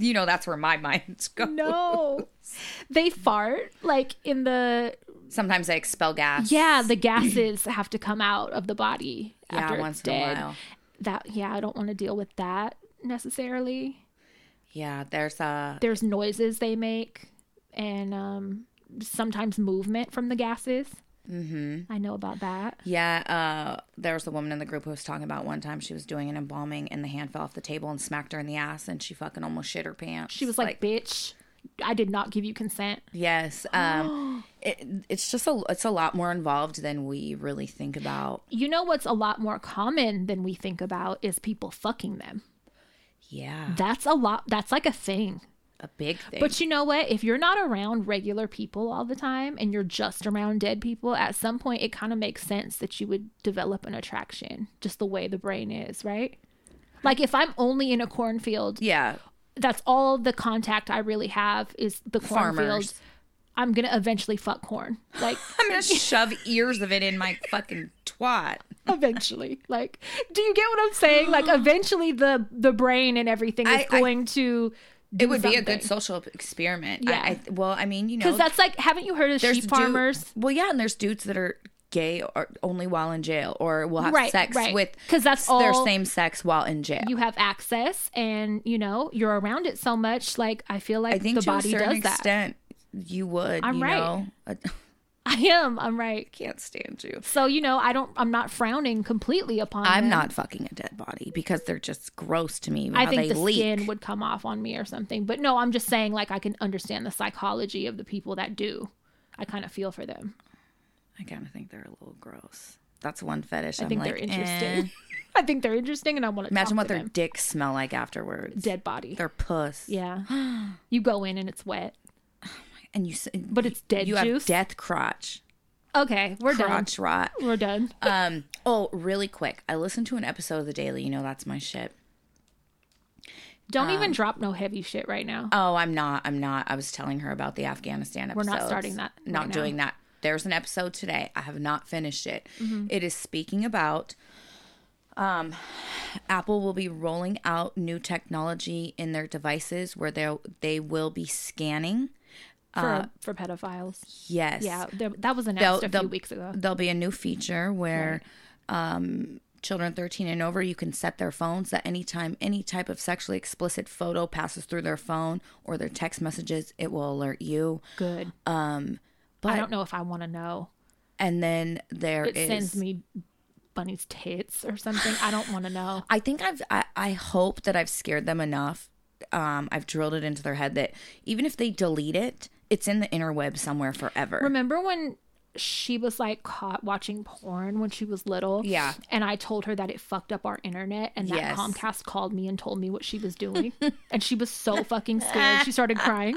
you know that's where my mind's go. No, they fart like in the Sometimes I expel gas. yeah. The gases have to come out of the body Yeah, after it's once in a dead. while. That yeah, I don't want to deal with that necessarily. Yeah, there's a There's noises they make, and um, sometimes movement from the gases. Mm-hmm. I know about that. yeah. Uh, there was a woman in the group who was talking about one time she was doing an embalming and the hand fell off the table and smacked her in the ass and she fucking almost shit her pants. She was like, "Bitch, I did not give you consent." yes. Um, it, it's just a it's a lot more involved than we really think about. You know what's a lot more common than we think about is people fucking them. Yeah, That's a lot. That's like a thing. a big thing. But you know what? If you're not around regular people all the time and you're just around dead people, at some point it kind of makes sense that you would develop an attraction, just the way the brain is, right? Like if I'm only in a cornfield, yeah, that's all the contact I really have is the cornfield. Farmers. I'm gonna eventually fuck corn, like I'm gonna shove ears of it in my fucking twat. eventually like do you get what i'm saying like eventually the the brain and everything is I- I- going to do It would be a good something. social experiment. Yeah. I, I, well, I mean, you know, 'Cause that's like haven't you heard of there's sheep dude- farmers well, yeah, and there's dudes that are gay or only while in jail, or will have Right, sex right. with 'Cause that's their all- same sex while in jail. you have access and you know you're around it so much like i feel like I think the to body a does certain that extent, you would. I'm you right. Know? I i am i'm right can't stand you. so you know i don't i'm not frowning completely upon I'm them. not fucking a dead body because they're just gross to me. I how think they the leak. skin would come off on me or something. But no, I'm just saying like I can understand the psychology of the people that do. I kind of feel for them. I kind of think they're a little gross. That's one fetish. I think am they're like, interesting. eh. I think they're interesting, and I want to Imagine talk what to their them. dicks smell like afterwards. dead body. Their puss. yeah, you go in and it's wet, And you, s- but it's dead you juice. have death crotch, okay, we're crotch rot. done. We're done. Um. Oh, really quick. I listened to an episode of The Daily. You know that's my shit. Don't Um, even drop no heavy shit right now. Oh, I'm not. I'm not. I was telling her about the Afghanistan We're episode. not starting that Not right now. doing that. There's an episode today. I have not finished it. Mm-hmm. It is speaking about um Apple will be rolling out new technology in their devices where they they will be scanning. uh, for, for pedophiles. Yes. Yeah, there, that was announced They'll- a few they'll- weeks ago. There'll be a new feature where um, children 13 and over, you can set their phones that anytime any type of sexually explicit photo passes through their phone or their text messages, it will alert you. Good. Um, but I don't know if I want to know. and then there is. It sends me bunny's tits or something. I don't want to know. I think I've I, I hope that I've scared them enough. Um, I've drilled it into their head that even if they delete it, it's in the interweb somewhere forever. Remember when she was like caught watching porn when she was little? Yeah. And I told her that it fucked up our internet and that Yes. Comcast called me and told me what she was doing. and she was so fucking scared. She started crying.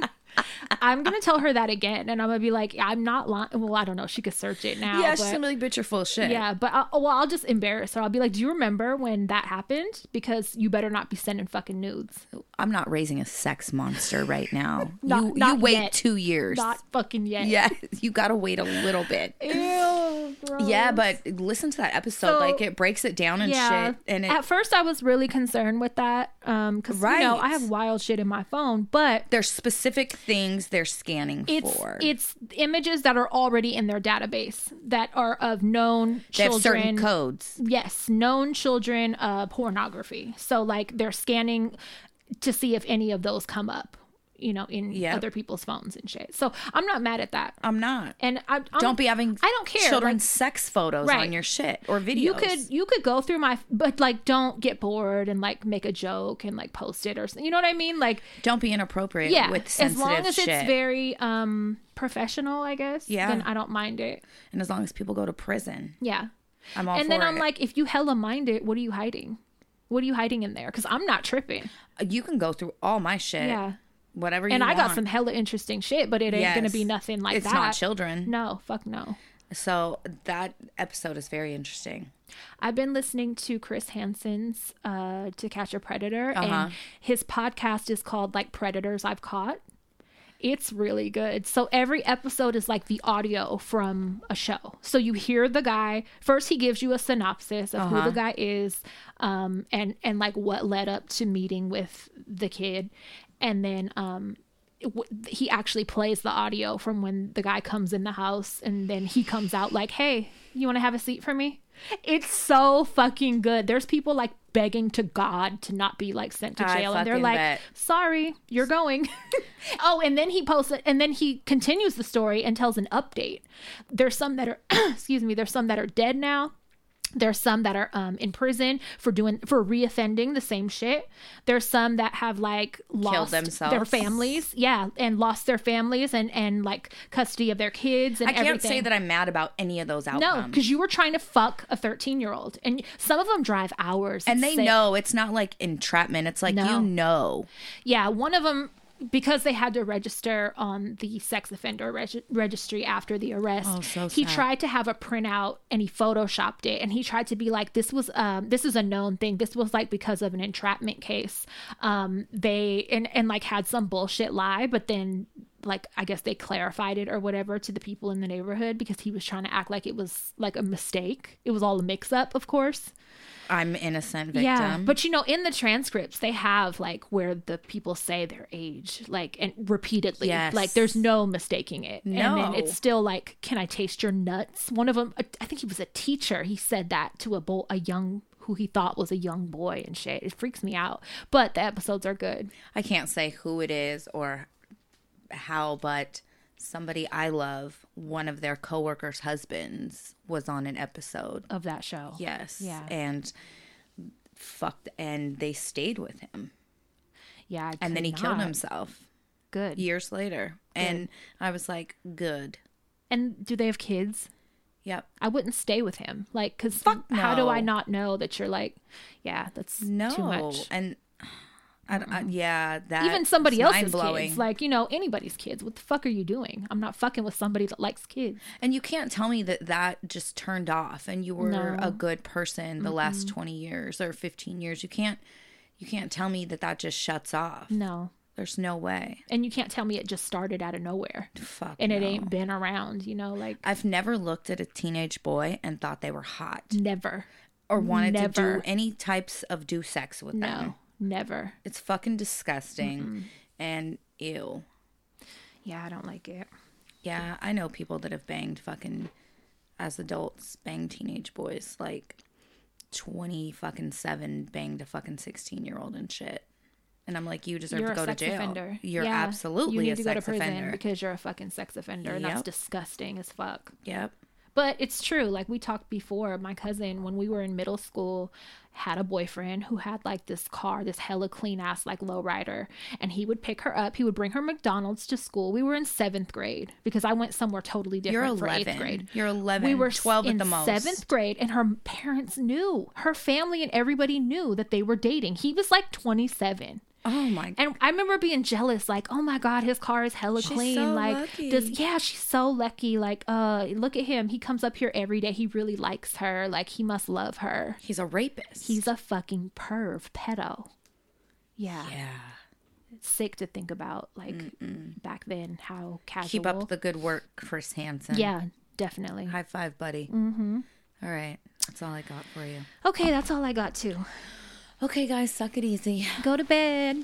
I'm going to tell her that again. And I'm going to be like, I'm not lying. Well, I don't know. She could search it now. yeah, but- she's gonna be like, bitch, you're full of shit. Yeah, but I, well, I'll just embarrass her. I'll be like, "Do you remember when that happened? Because you better not be sending fucking nudes. I'm not raising a sex monster right now. Not- you not you wait yet. two years. Not fucking yet." yeah, you gotta wait a little bit. Ew, gross. Yeah, but listen to that episode. So- like it breaks it down and shit. And it, at first, I was really concerned with that because you know Right. I have wild shit in my phone, but there's specific things they're scanning it's for. it's images that are already in their database that are of known they have children. certain codes. Yes, known children uh, pornography. So like they're scanning to see if any of those come up, you know, in Yep. other people's phones and shit. So I'm not mad at that, I'm not. and I I'm, don't be having I don't care, children's like- sex photos Right. on your shit or videos. You could you could go through my but like don't get bored and like make a joke and like post it or something. You know what I mean? Like don't be inappropriate yeah, with sensitive as long as shit, it's very um professional, I guess. Yeah. then I don't mind it. and as long as people go to prison, Yeah, I'm all and for then I'm it. like, if you hella mind it, what are you hiding? What are you hiding in there? Because I'm not tripping. you can go through all my shit, Yeah. whatever. you and I got want. some hella interesting shit, but it ain't gonna Yes. be nothing like it's that. not children, No, fuck no. so that episode is very interesting. I've been listening to Chris Hansen's uh, "To Catch a Predator," Uh-huh. and his podcast is called like "Predators I've Caught." It's really good. So every episode is like the audio from a show. So you hear the guy first. He gives you a synopsis of who Uh-huh. the guy is, um, and and like what led up to meeting with the kid, and then um, w- he actually plays the audio from when the guy comes in the house and then he comes out like hey you want to have a seat for me it's so fucking good there's people like begging to god to not be like sent to I jail and they're fucking like bet. sorry you're going oh and then he posts it and then he continues the story and tells an update there's some that are excuse me there's some that are dead now there's some that are um, in prison for doing for reoffending the same shit. There's some that have like lost their themselves. families, yeah, and lost their families and and like custody of their kids and I can't everything. say that I'm mad about any of those no, outcomes. because you were trying to fuck a 13 year old, and some of them drive hours. and It's they sick. know it's not like entrapment. It's like No. you know. Yeah, one of them because they had to register on the sex offender reg- registry after the arrest. Oh, so he sad. tried to have a printout and he photoshopped it and he tried to be like this was um this is a known thing. This was like because of an entrapment case. Um they and and like had some bullshit lie, but then like I guess they clarified it or whatever to the people in the neighborhood because he was trying to act like it was like a mistake. It was all a mix up, of course. I'm innocent victim. Yeah, but you know, in the transcripts, they have like where the people say their age, like and repeatedly. Yes. Like there's no mistaking it. And then No. it's still like, can I taste your nuts? One of them, I think he was a teacher. He said that to a bo- a young who he thought was a young boy and shit. It freaks me out. But the episodes are good. I can't say who it is or how, but somebody I love, one of their coworkers' husbands, was on an episode. Of that show, Yes. Yeah. And fucked, and they stayed with him, yeah, I and then could he killed not. himself Good. years later. And I was like, good. And do they have kids? Yep. I wouldn't stay with him, like, cause Fuck how do no. I not know that you're like, yeah, that's No. too much. Mm-hmm. And I, don't- I- yeah, that even somebody was else's mind-blowing. kids like you know anybody's kids what the fuck are you doing i'm not fucking with somebody that likes kids And you can't tell me that that just turned off and you were No. a good person the last 20 years or 15 years. You can't you can't tell me that that just shuts off. no There's no way. and you can't tell me it just started out of nowhere Fuck. and it no. ain't been around you know like I've never looked at a teenage boy and thought they were hot never or wanted to Never. do any types of do sex with them. no never It's fucking disgusting and ew. yeah i don't like it Yeah, I know people that have banged fucking as adults, banged teenage boys. Like, twenty fucking seven banged a fucking sixteen year old and shit. And I'm like, you deserve you're to a go to sex jail. offender. You're Yeah. absolutely you need a to sex go to prison offender. because you're a fucking sex offender, and that's Yep. disgusting as fuck. Yep. But it's true. Like we talked before, my cousin, when we were in middle school, had a boyfriend who had like this car, this hella clean ass, like lowrider. And he would pick her up. He would bring her McDonald's to school. We were in seventh grade because I went somewhere totally You're different for eighth grade. eleven. You're eleven. We were twelve in at the most. seventh grade, and her parents knew. Her family and everybody knew that they were dating. He was like 27. Oh my god. And I remember being jealous, like, oh my god, his car is hella clean. so like, lucky. does yeah, she's so lucky. Like, uh, look at him. He comes up here every day. He really likes her. Like, he must love her. He's a rapist. He's a fucking perv pedo. Yeah, yeah. it's sick to think about. Like back then, how casual. Keep up the good work, Chris Hansen. yeah, definitely. High five, buddy. Mm-hmm. right. That's all I got for you. Okay, that's all I got too. Okay, guys, suck it easy. Go to bed.